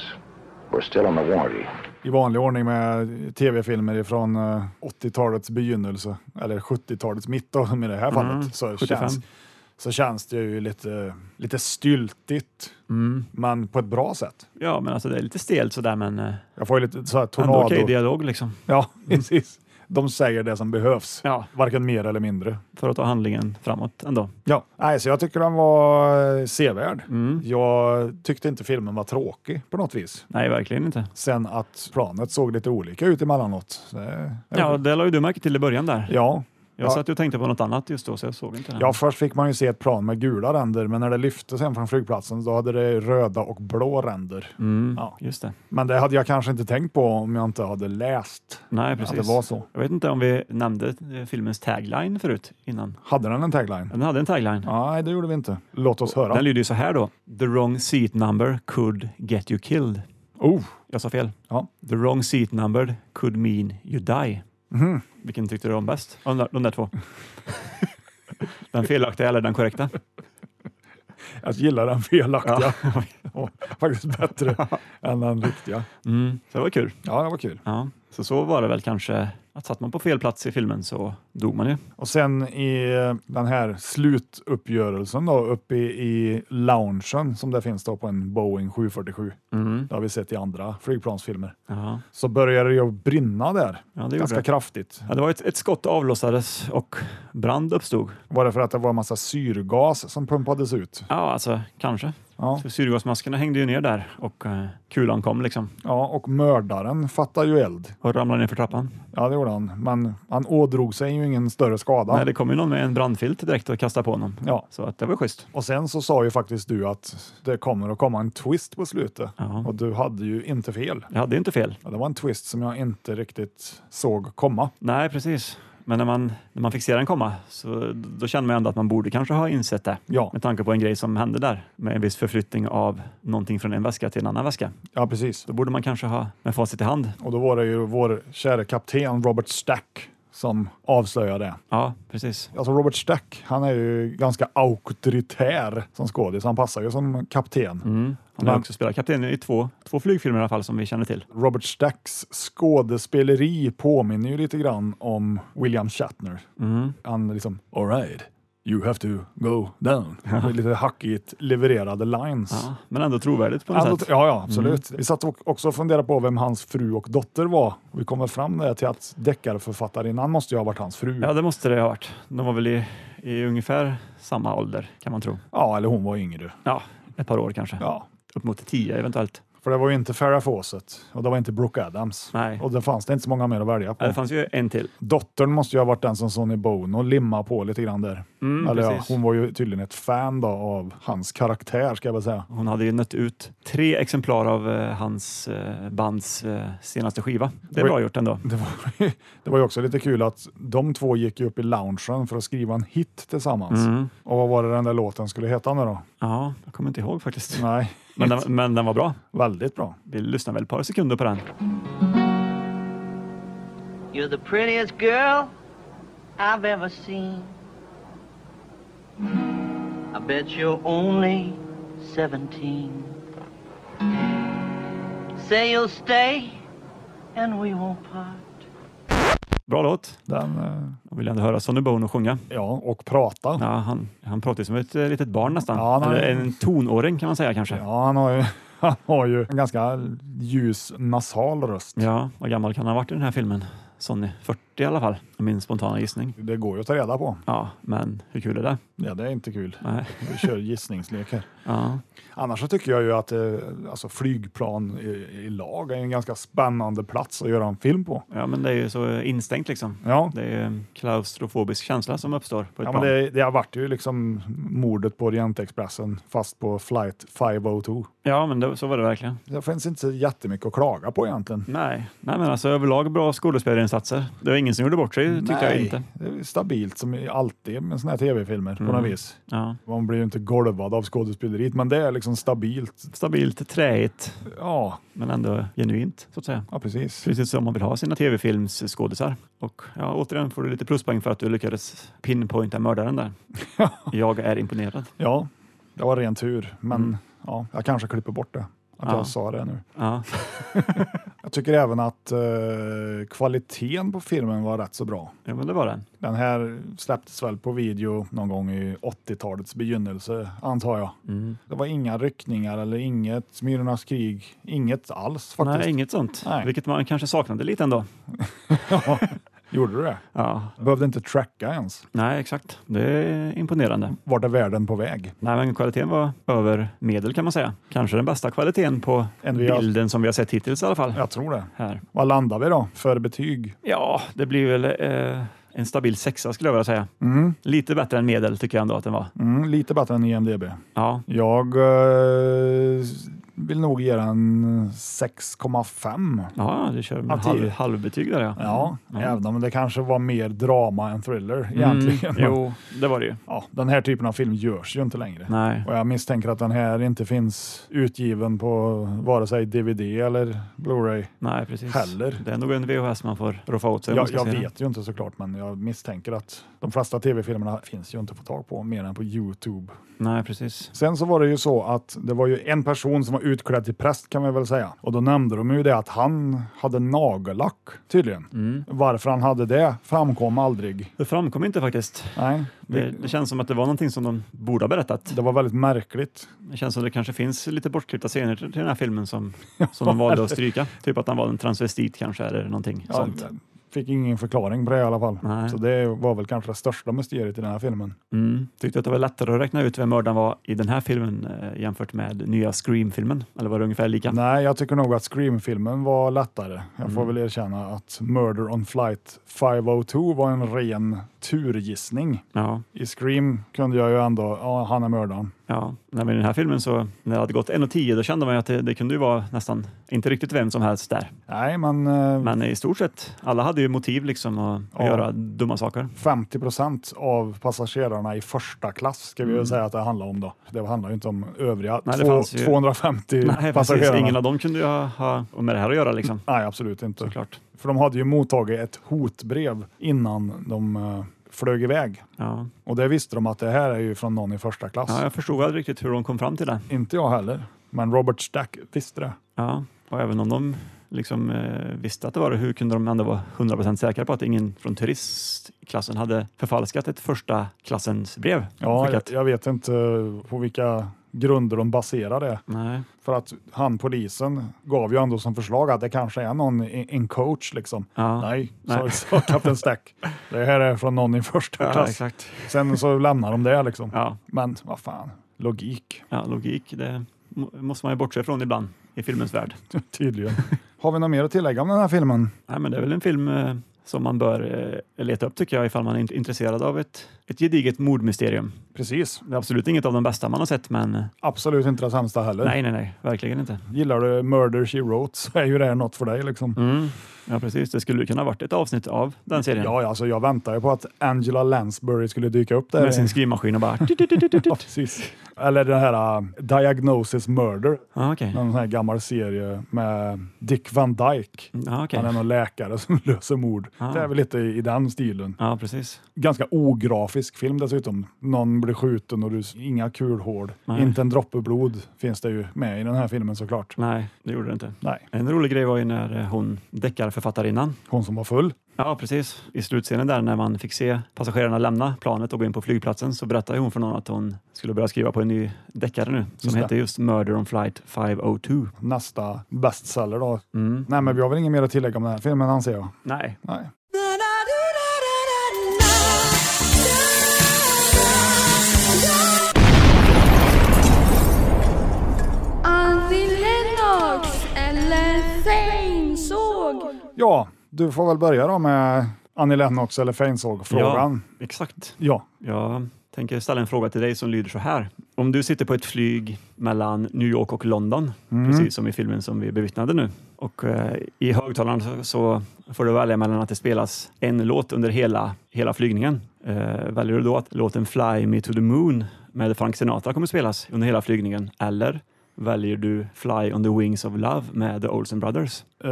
We're still on the warranty.
i vanlig ordning med tv-filmer från 80-talets begynnelse, eller 70-talets mitt då, som i det här fallet,
Mm,
så,
75.
känns, så känns det ju lite, lite styltigt,
Mm.
men på ett bra sätt.
Ja, men alltså det är lite stelt sådär, men eh,
Jag får ju lite så här
ändå
tornado.
okej dialog liksom.
ja, precis. De säger det som behövs,
Ja,
varken mer eller mindre.
för att ta handlingen framåt ändå.
Ja, nej, så jag tycker den var eh, sevärd.
Mm.
Jag tyckte inte filmen var tråkig på något vis.
Nej, verkligen inte.
Sen att planet såg lite olika ut emellanåt. Det,
Ja, det la ju du märke till i början där.
ja,
Jag
Ja.
satt ju och tänkte på något annat just då, så jag såg inte det.
Ja, först fick man ju se ett plan med gula ränder, men när det lyfte sen från flygplatsen då hade det röda och blå ränder.
Mm,
Ja.
Just det.
Men det hade jag kanske inte tänkt på om jag inte hade läst
Nej, precis.
att det var så.
Jag vet inte om vi nämnde eh, filmens tagline förut innan.
Hade den en tagline?
Den hade en tagline.
Nej, det gjorde vi inte. Låt oss höra.
Den lyder ju så här då. The wrong seat number could get you killed.
Oh,
Jag sa fel.
Ja.
The wrong seat number could mean you die.
Mhm.
Vilken tyckte du om bäst? Av De där, de där två. den felaktiga eller den korrekta?
jag gillar den felaktiga.
Ja.
Och Faktiskt bättre än den riktiga.
Mm. Så det var kul.
Ja, det var kul.
Ja. Så så var det väl kanske. Att satt man på fel plats i filmen så dog man ju.
Och sen i den här slutuppgörelsen då, uppe i, i loungen som det finns då på en Boeing 747.
Mm.
Det har vi sett i andra flygplansfilmer.
Ja.
Så började det ju brinna där.
Ja,
Ganska
det gjorde det.
kraftigt.
Ja, det var ett, ett skott avlossades och brand uppstod.
Var det för att det var en massa syrgas som pumpades ut?
Ja, alltså kanske.
Ja,
För Syrgasmaskerna hängde ju ner där och eh, kulan kom liksom
ja och mördaren fattar ju eld.
och ramlade ner för trappan.
Ja, det gjorde han. Men han ådrog sig ju ingen större skada.
Nej, det kom ju någon med en brandfilt direkt och kastade på honom.
Ja.
Så att det var schysst.
Och sen så sa ju faktiskt du att det kommer att komma en twist på slutet.
Ja.
Och du hade ju inte fel.
Jag hade ju inte fel.
Ja, det var en twist som jag inte riktigt såg komma.
Nej, precis. Men när man, när man fick se den komma så då kände man ändå att man borde kanske ha insett det.
Ja,
Med tanke på en grej som hände där med en viss förflyttning av någonting från en väska till en annan väska.
ja precis.
Då borde man kanske ha med facit i hand.
Och då var det ju vår kära kapten Robert Stack som avslöjade det.
Ja, precis.
Alltså Robert Stack, han är ju ganska auktoritär som skådis. Han passar ju som kapten.
Mm. Han har
Men-
också spelat kapten i två, två flygfilmer i alla fall som vi känner till.
Robert Stacks skådespeleri påminner ju lite grann om William Shatner.
Mm.
Han liksom, all right, you have to go down. Med lite hackigt levererade lines.
Ja, men ändå trovärdigt på något
Ja,
sätt. Mm.
ja, ja, absolut. Vi satt och- också och funderade på vem hans fru och dotter var. Vi kommer fram där till att deckarförfattarinnan måste ju ha varit hans fru.
Ja,
Ja.
det måste det ha varit. De var väl i, i ungefär samma ålder kan man tro.
eller hon var yngre.
Ja, ett par år kanske.
Ja.
Upp mot tio eventuellt.
För det var ju inte Farah Fawcett och det var inte Brooke Adams.
Nej.
Och det fanns det inte så många mer att välja på.
Ja, Det fanns ju en till.
Dottern måste ju ha varit den som Sonny Bono limmade på lite grann där.
Mm,
Eller ja,
precis.
hon var ju tydligen ett fan då av hans karaktär ska jag väl säga.
Hon hade ju nött ut tre exemplar av eh, hans eh, bands eh, senaste skiva. Det är
Oj.
bra gjort ändå.
Det var, det var ju också lite kul att de två gick ju upp i loungen för att skriva en hit tillsammans.
Mm.
Och vad var det den där låten skulle heta nu då?
Ja, jag kommer inte ihåg faktiskt.
Nej,
Men den, men den var bra.
väldigt bra.
Vi lyssnar väl ett par sekunder på den.
You're the prettiest girl I've ever seen. I bet you're only 17.
say you'll stay, and we won't part.
Bra låt. Den, Jag vill ändå höra Sonny Bono sjunga.
eh, Ja, och prata.
Ja, han, han pratar ju som ett eh, litet barn nästan.
Ja, han har-
Eller en tonåring kan man säga kanske.
Ja, han har ju, han har ju en ganska ljus nasal röst.
Ja, vad gammal kan han ha varit i den här filmen? Sonny? 40 i alla fall, är min spontana gissning.
Det går ju att ta reda på.
Ja, men hur kul är det?
Ja, det är inte kul.
Nej.
Vi kör gissningslek här.
Ja.
Annars så tycker jag ju att eh, alltså flygplan i, i lag är en ganska spännande plats att göra en film på.
Ja, men det är ju så instängt liksom.
Ja.
Det är ju en klaustrofobisk känsla som uppstår på ett
Ja, men
plan.
det, det har varit ju liksom mordet på Orientexpressen fast på flight 502.
Ja, men det, så var det verkligen.
Det finns inte så jättemycket att klaga på egentligen.
Nej, Nej, men alltså överlag bra skådespelarinsatser. Det var ingen som gjorde bort sig, tyckte jag
Nej,
inte.
Det är stabilt som alltid med såna här tv-filmer på
Mm.
något vis.
Ja.
Man blir ju inte golvad av skådespeleriet, men det är liksom stabilt.
Stabilt, träigt,
Ja,
men ändå genuint, så att säga.
ja precis.
Precis som man vill ha sina tv-filmsskådisar. Och ja, återigen får du lite pluspoäng för att du lyckades pinpointa mördaren där. Jag är imponerad.
Ja, det var ren tur, men ja, jag kanske klipper bort det. Att
Mm. Ja.
jag sa det nu.
Ja.
Jag tycker även att eh, kvaliteten på filmen var rätt så bra.
ja, men det var den.
Den här släpptes väl på video någon gång i 80-talets begynnelse, antar jag.
Mm.
Det var inga ryckningar eller inget Smyrornas krig, inget alls faktiskt.
Nej, inget sånt.
Nej.
Vilket man kanske saknade lite ändå.
Gjorde du det?
Ja.
Behövde inte tracka ens.
Nej, exakt. Det är imponerande.
Vart är världen på väg?
Nej, men kvaliteten var över medel kan man säga. Kanske den bästa kvaliteten på
Än vi har-
bilden som vi har sett hittills i alla fall.
Jag tror det.
Här.
Vad landar vi då för betyg?
Ja, det blir väl eh, en stabil sexa skulle jag vilja säga.
Mm.
Lite bättre än medel tycker jag ändå att den var.
Mm, lite bättre än IMDB.
Ja,
Jag eh, vill nog ge den 6,5.
ja du kör med
Av
halv,
tio.
halvbetyg där Mm. ja.
Ja, även om det kanske var mer drama än thriller
Mm,
egentligen.
Jo, det var det ju.
Ja, den här typen av film görs ju inte längre.
Nej.
Och jag misstänker att den här inte finns utgiven på vare sig DVD eller Blu-ray.
Nej, precis.
Heller.
Det är nog en VHS man får roffa åt sig. om man
Jag,
ska
jag
se den.
vet ju inte såklart, men jag misstänker att de flesta tv-filmerna finns ju inte att få tag på mer än på Youtube.
Nej, precis.
Sen så var det ju så att det var ju en person som var utklädd till präst kan man väl säga. Och då nämnde de ju det att han hade nagellack tydligen.
Mm.
Varför han hade det framkom aldrig.
Det framkom inte faktiskt.
Nej,
Det, det känns som att det var någonting som de borde ha berättat.
det var väldigt märkligt.
Det känns som det kanske finns lite bortklippta scener till den här filmen som, som de valde att stryka. Typ att han var en transvestit kanske eller någonting
Ja,
sånt.
jag fick ingen förklaring på det i alla fall.
Nej.
Så det var väl kanske det största mysteriet i den här filmen.
Mm. Tyckte att det var lättare att räkna ut vem mördaren var i den här filmen eh, jämfört med nya Scream-filmen? Eller var det ungefär lika?
Nej, jag tycker nog att Scream-filmen var lättare. Jag får
Mm.
väl erkänna att Murder on Flight 502 var en ren turgissning.
Ja,
I Scream kunde jag ju ändå, ja, han är mördaren.
ja. Nej, men i den här filmen så när det hade gått 1.10 då kände man ju att det, det kunde ju vara nästan inte riktigt vem som helst där.
Nej, men, eh,
Men i stort sett alla hade ju motiv liksom att, att
Ja.
göra dumma saker.
50 procent av passagerarna i första klass ska vi väl säga att det handlar om då. Det handlar ju inte om övriga
Mm. Nej, det
två,
fanns ju-
250
Nej, precis.
passagerarna.
Ingen av dem kunde ju ha, ha med det här att göra liksom.
Nej, absolut inte.
Såklart.
För de hade ju mottagit ett hotbrev innan de eh, flög iväg.
Ja.
Och det visste de att det här är ju från någon i första klass.
Ja, jag förstod aldrig riktigt hur de kom fram till det.
Inte jag heller. Men Robert Stack visste det.
Ja, och även om de liksom, eh, visste att det var det, hur kunde de ändå vara 100% säkra på att ingen från turistklassen hade förfalskat ett första klassens brev?
Ja, jag,
Skickat?
jag vet inte på vilka grunder de baserar det.
Nej,
För att han polisen gav ju ändå som förslag att det kanske är någon, i- en coach liksom.
ja.
Nej, sa-
Nej.
sa kapten Stack. Det här är från någon i första
ja
klass.
exakt.
Sen så lämnar de det liksom.
Ja,
Men vad fan, logik
ja, logik, det må- måste man ju bortse från ibland i filmens värld.
tydligen. Har vi något mer att tillägga om den här filmen?
Nej, men det är väl en film eh, som man bör eh, leta upp tycker jag ifall man är int- intresserad av ett, ett gediget mordmysterium.
Precis.
Det är absolut inget av de bästa man har sett, men eh,
Absolut inte det sämsta heller.
nej, nej, nej, verkligen inte.
Gillar du Murder She Wrote så är ju det här något för dig liksom.
Mm. Ja, precis. Det skulle ju kunna ha varit ett avsnitt av den serien.
Ja, ja, alltså jag väntar ju på att Angela Lansbury skulle dyka upp där.
Med sin skrivmaskin och bara...
ja, precis. Eller den här äh, Diagnosis Murder,
Ah, okej.
någon sån här gammal serie med Dick Van Dyke.
Ah, okej. Ah.
Han är någon läkare som löser mord. Det är väl lite i den stilen.
Ja, precis.
Ganska ografisk film dessutom. Någon blir skjuten och du, inga kulhål.
Nej.
Inte en droppe blod finns det ju med i den här filmen såklart.
Nej, det gjorde det inte.
Nej.
En rolig grej var ju när eh, hon, deckarförfattarinnan,
Hon som var full.
Ja, precis. I slutscenen där när man fick se passagerarna lämna planet och gå in på flygplatsen så berättade hon för någon att hon skulle börja skriva på en ny deckare nu som
Just det.
heter just Murder on Flight 502.
Nästa bestseller då.
Mm.
Nej, men vi har väl inget mer att tillägga om den här filmen anser jag.
Nej.
Nej.
Annie Lennox eller Zane såg.
Ja, du får väl börja då med Annie Lennox eller Feinsåg-frågan.
Ja, exakt.
Ja.
Jag tänker ställa en fråga till dig som lyder så här. Om du sitter på ett flyg mellan New York och London,
Mm.
precis som i filmen som vi bevittnade nu, och eh, i högtalaren så, så får du välja mellan att det spelas en låt under hela, hela flygningen. Eh, väljer du då att låten Fly Me To The Moon med Frank Sinatra kommer spelas under hela flygningen, eller väljer du Fly On The Wings Of Love med The Olsen Brothers?
Eh,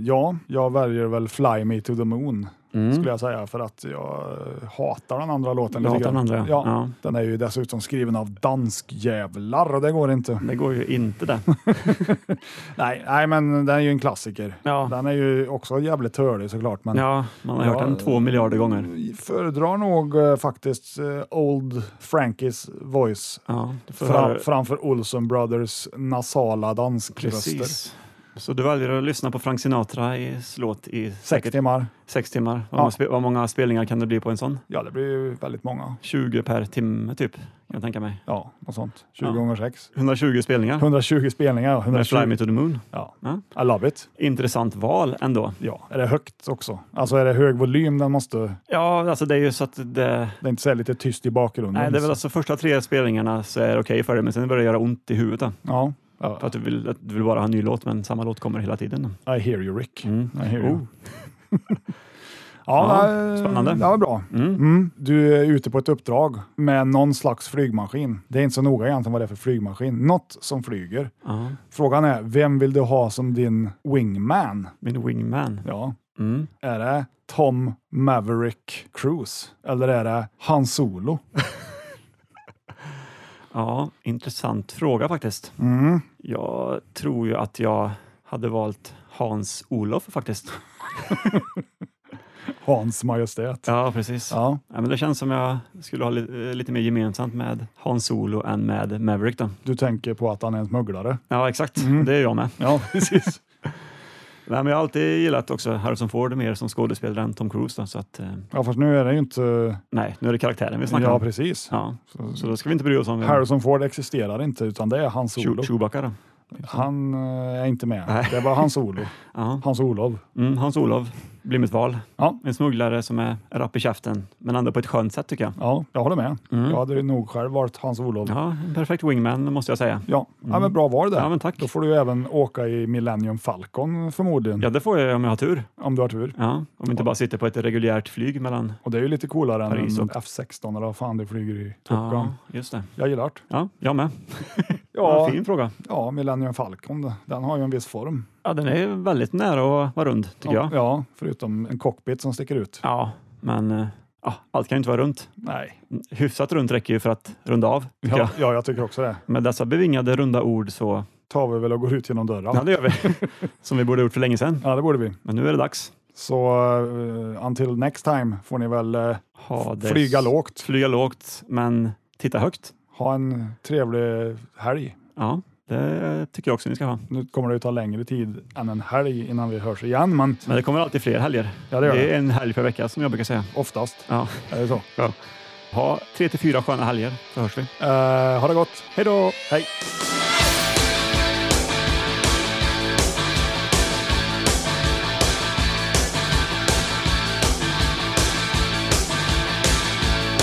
ja, jag väljer väl Fly Me To The Moon
Mm.
skulle jag säga för att jag eh, hatar den andra låten.
Du
lite
hatar den
grann.
andra,
Ja,
ja.
Den är ju dessutom skriven av danskjävlar och det går inte.
Det går ju inte det.
nej, nej, men den är ju en klassiker.
Ja.
Den är ju också jävligt törlig såklart. Men
Ja, man har hört
Ja,
den två miljarder gånger.
jag föredrar nog eh, faktiskt eh, Old Frankies voice
Ja, du får
fra,
höra-
framför Olsen Brothers nasala danskröster.
Precis. Så du väljer att lyssna på Frank Sinatra i låt i
Sex timmar.
sex timmar.
Ja.
Vad, många spe- vad många spelningar kan det bli på en sån?
Ja, det blir ju väldigt många.
20 per timme typ, kan jag tänka mig.
Ja, något sånt. 20
Ja.
gånger 6.
120 spelningar
120 spelningar. ja,
med
120.
Fly Me To The Moon.
Ja.
Ja.
I love it.
Intressant val ändå.
Ja, är det högt också? Alltså är det hög volym den måste...
Ja, alltså det är ju så att det...
Det är inte så här lite tyst i bakgrunden.
Nej, det är väl
Så-
alltså första tre spelningarna så är det okej för dig, men sen börjar det göra ont i huvudet. då.
Ja. ja.
För att du vill, att du vill bara ha en ny låt, men samma låt kommer hela tiden.
I hear you Rick.
Mm.
I hear you.
Oh.
Ja,
Ja,
eh,
spännande.
Det var bra.
Mm.
Mm. Du är ute på ett uppdrag med någon slags flygmaskin. Det är inte så noga egentligen vad det är för flygmaskin. Något som flyger.
Ja.
Frågan är, vem vill du ha som din wingman?
Min wingman.
Ja.
Mm.
Är det Tom Maverick Cruise? Eller är det Han Solo?
Ja, intressant fråga faktiskt.
Mm.
Jag tror ju att jag hade valt Hans Olof faktiskt.
Hans Majestät.
Ja, precis. Ja.
Ja,
men det känns som jag skulle ha li- eh, lite mer gemensamt med Hans Olo än med Maverick. Då.
du tänker på att han är en smugglare.
Ja, exakt.
Mm.
Det är jag med.
Ja, precis.
Nej, men jag har alltid gillat också Harrison Ford mer som skådespelare än Tom Cruise. Då, så att, eh,
Ja, fast nu är det ju inte...
nej, nu är det karaktären vi snackar
Ja,
om.
precis.
Ja, så då ska vi inte bry oss om vem-
Harrison Ford existerar inte, utan det är Hans Solo.
Che- Chewbacca. Då.
Han eh, är inte med.
Nej.
Det var Hans Solo.
Ja.
Hans Olof.
Mm, Hans Olof blir mitt val.
Ja.
En smugglare som är rapp i käften, men ändå på ett skönt sätt tycker jag.
Ja, jag håller med. Jag hade ju nog själv varit Hans Olof. Ja.
Mm. Ja, en perfekt wingman måste jag säga.
Ja. men bra var det.
Ja, men tack.
Då får du ju även åka i Millennium Falcon förmodligen,
Ja, det får jag om jag har tur.
om du har tur.
Ja, om jag inte bara sitter på ett reguljärt flyg mellan...
Och det är ju lite coolare än
Paris
en
och-
F16 eller vad fan det flyger i Top Gun.
Ja, just det.
Jag gillar det.
Ja, jag med.
Ja,
fin fråga.
ja, Millennium Falcon, den har ju en viss form.
Ja, den är väldigt nära att vara rund, tycker jag.
Ja, förutom en cockpit som sticker ut.
Ja, men eh, ja, allt kan ju inte vara runt.
Nej.
Hyfsat runt räcker ju för att runda av. tycker
Ja,
jag.
ja, jag tycker också det.
Med dessa bevingade runda ord så...
Tar vi väl och går ut genom dörren.
Ja, det gör vi. Som vi borde ha gjort för länge sedan.
Ja, det borde vi.
Men nu är det dags.
Så eh, until next time får ni väl eh,
Ha det-
flyga lågt.
Flyga lågt, men titta högt.
Ha en trevlig helg.
Ja, det tycker jag också ni ska ha.
Nu kommer det ju ta längre tid än en helg innan vi hörs igen, men
Men det kommer alltid fler helger.
Ja, det gör
det är en helg per vecka som jag brukar säga.
oftast
Ja.
är det så.
Ja. Ha tre till fyra sköna helger, så hörs vi.
Eh, ha det gott!
Hej då!
Hej!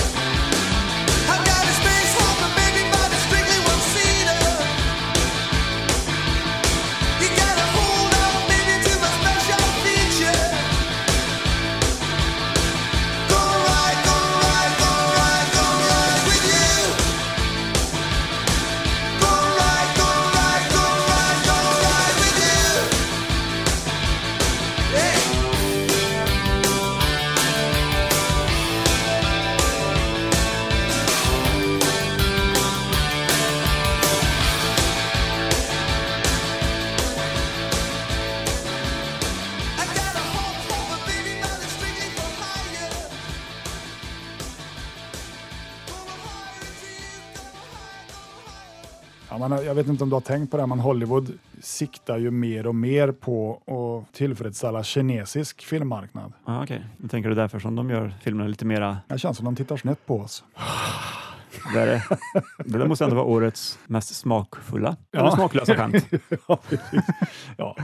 I've got a space for my baby, but it's strictly one-seater. You gotta hold on, baby, to my special feature. Go right, go right, go right, go right with you. Go right.
Ja, man, har- jag vet inte om du har tänkt på det, här, men Hollywood siktar ju mer och mer på att tillfredsställa kinesisk filmmarknad.
Ah, Okej, då tänker du därför som de gör filmerna lite mera...
Det känns som de tittar snett på oss.
Det, är det. det där måste ändå vara årets mest smakfulla,
Ja.
eller smaklösa skämt.
ja, precis. ja.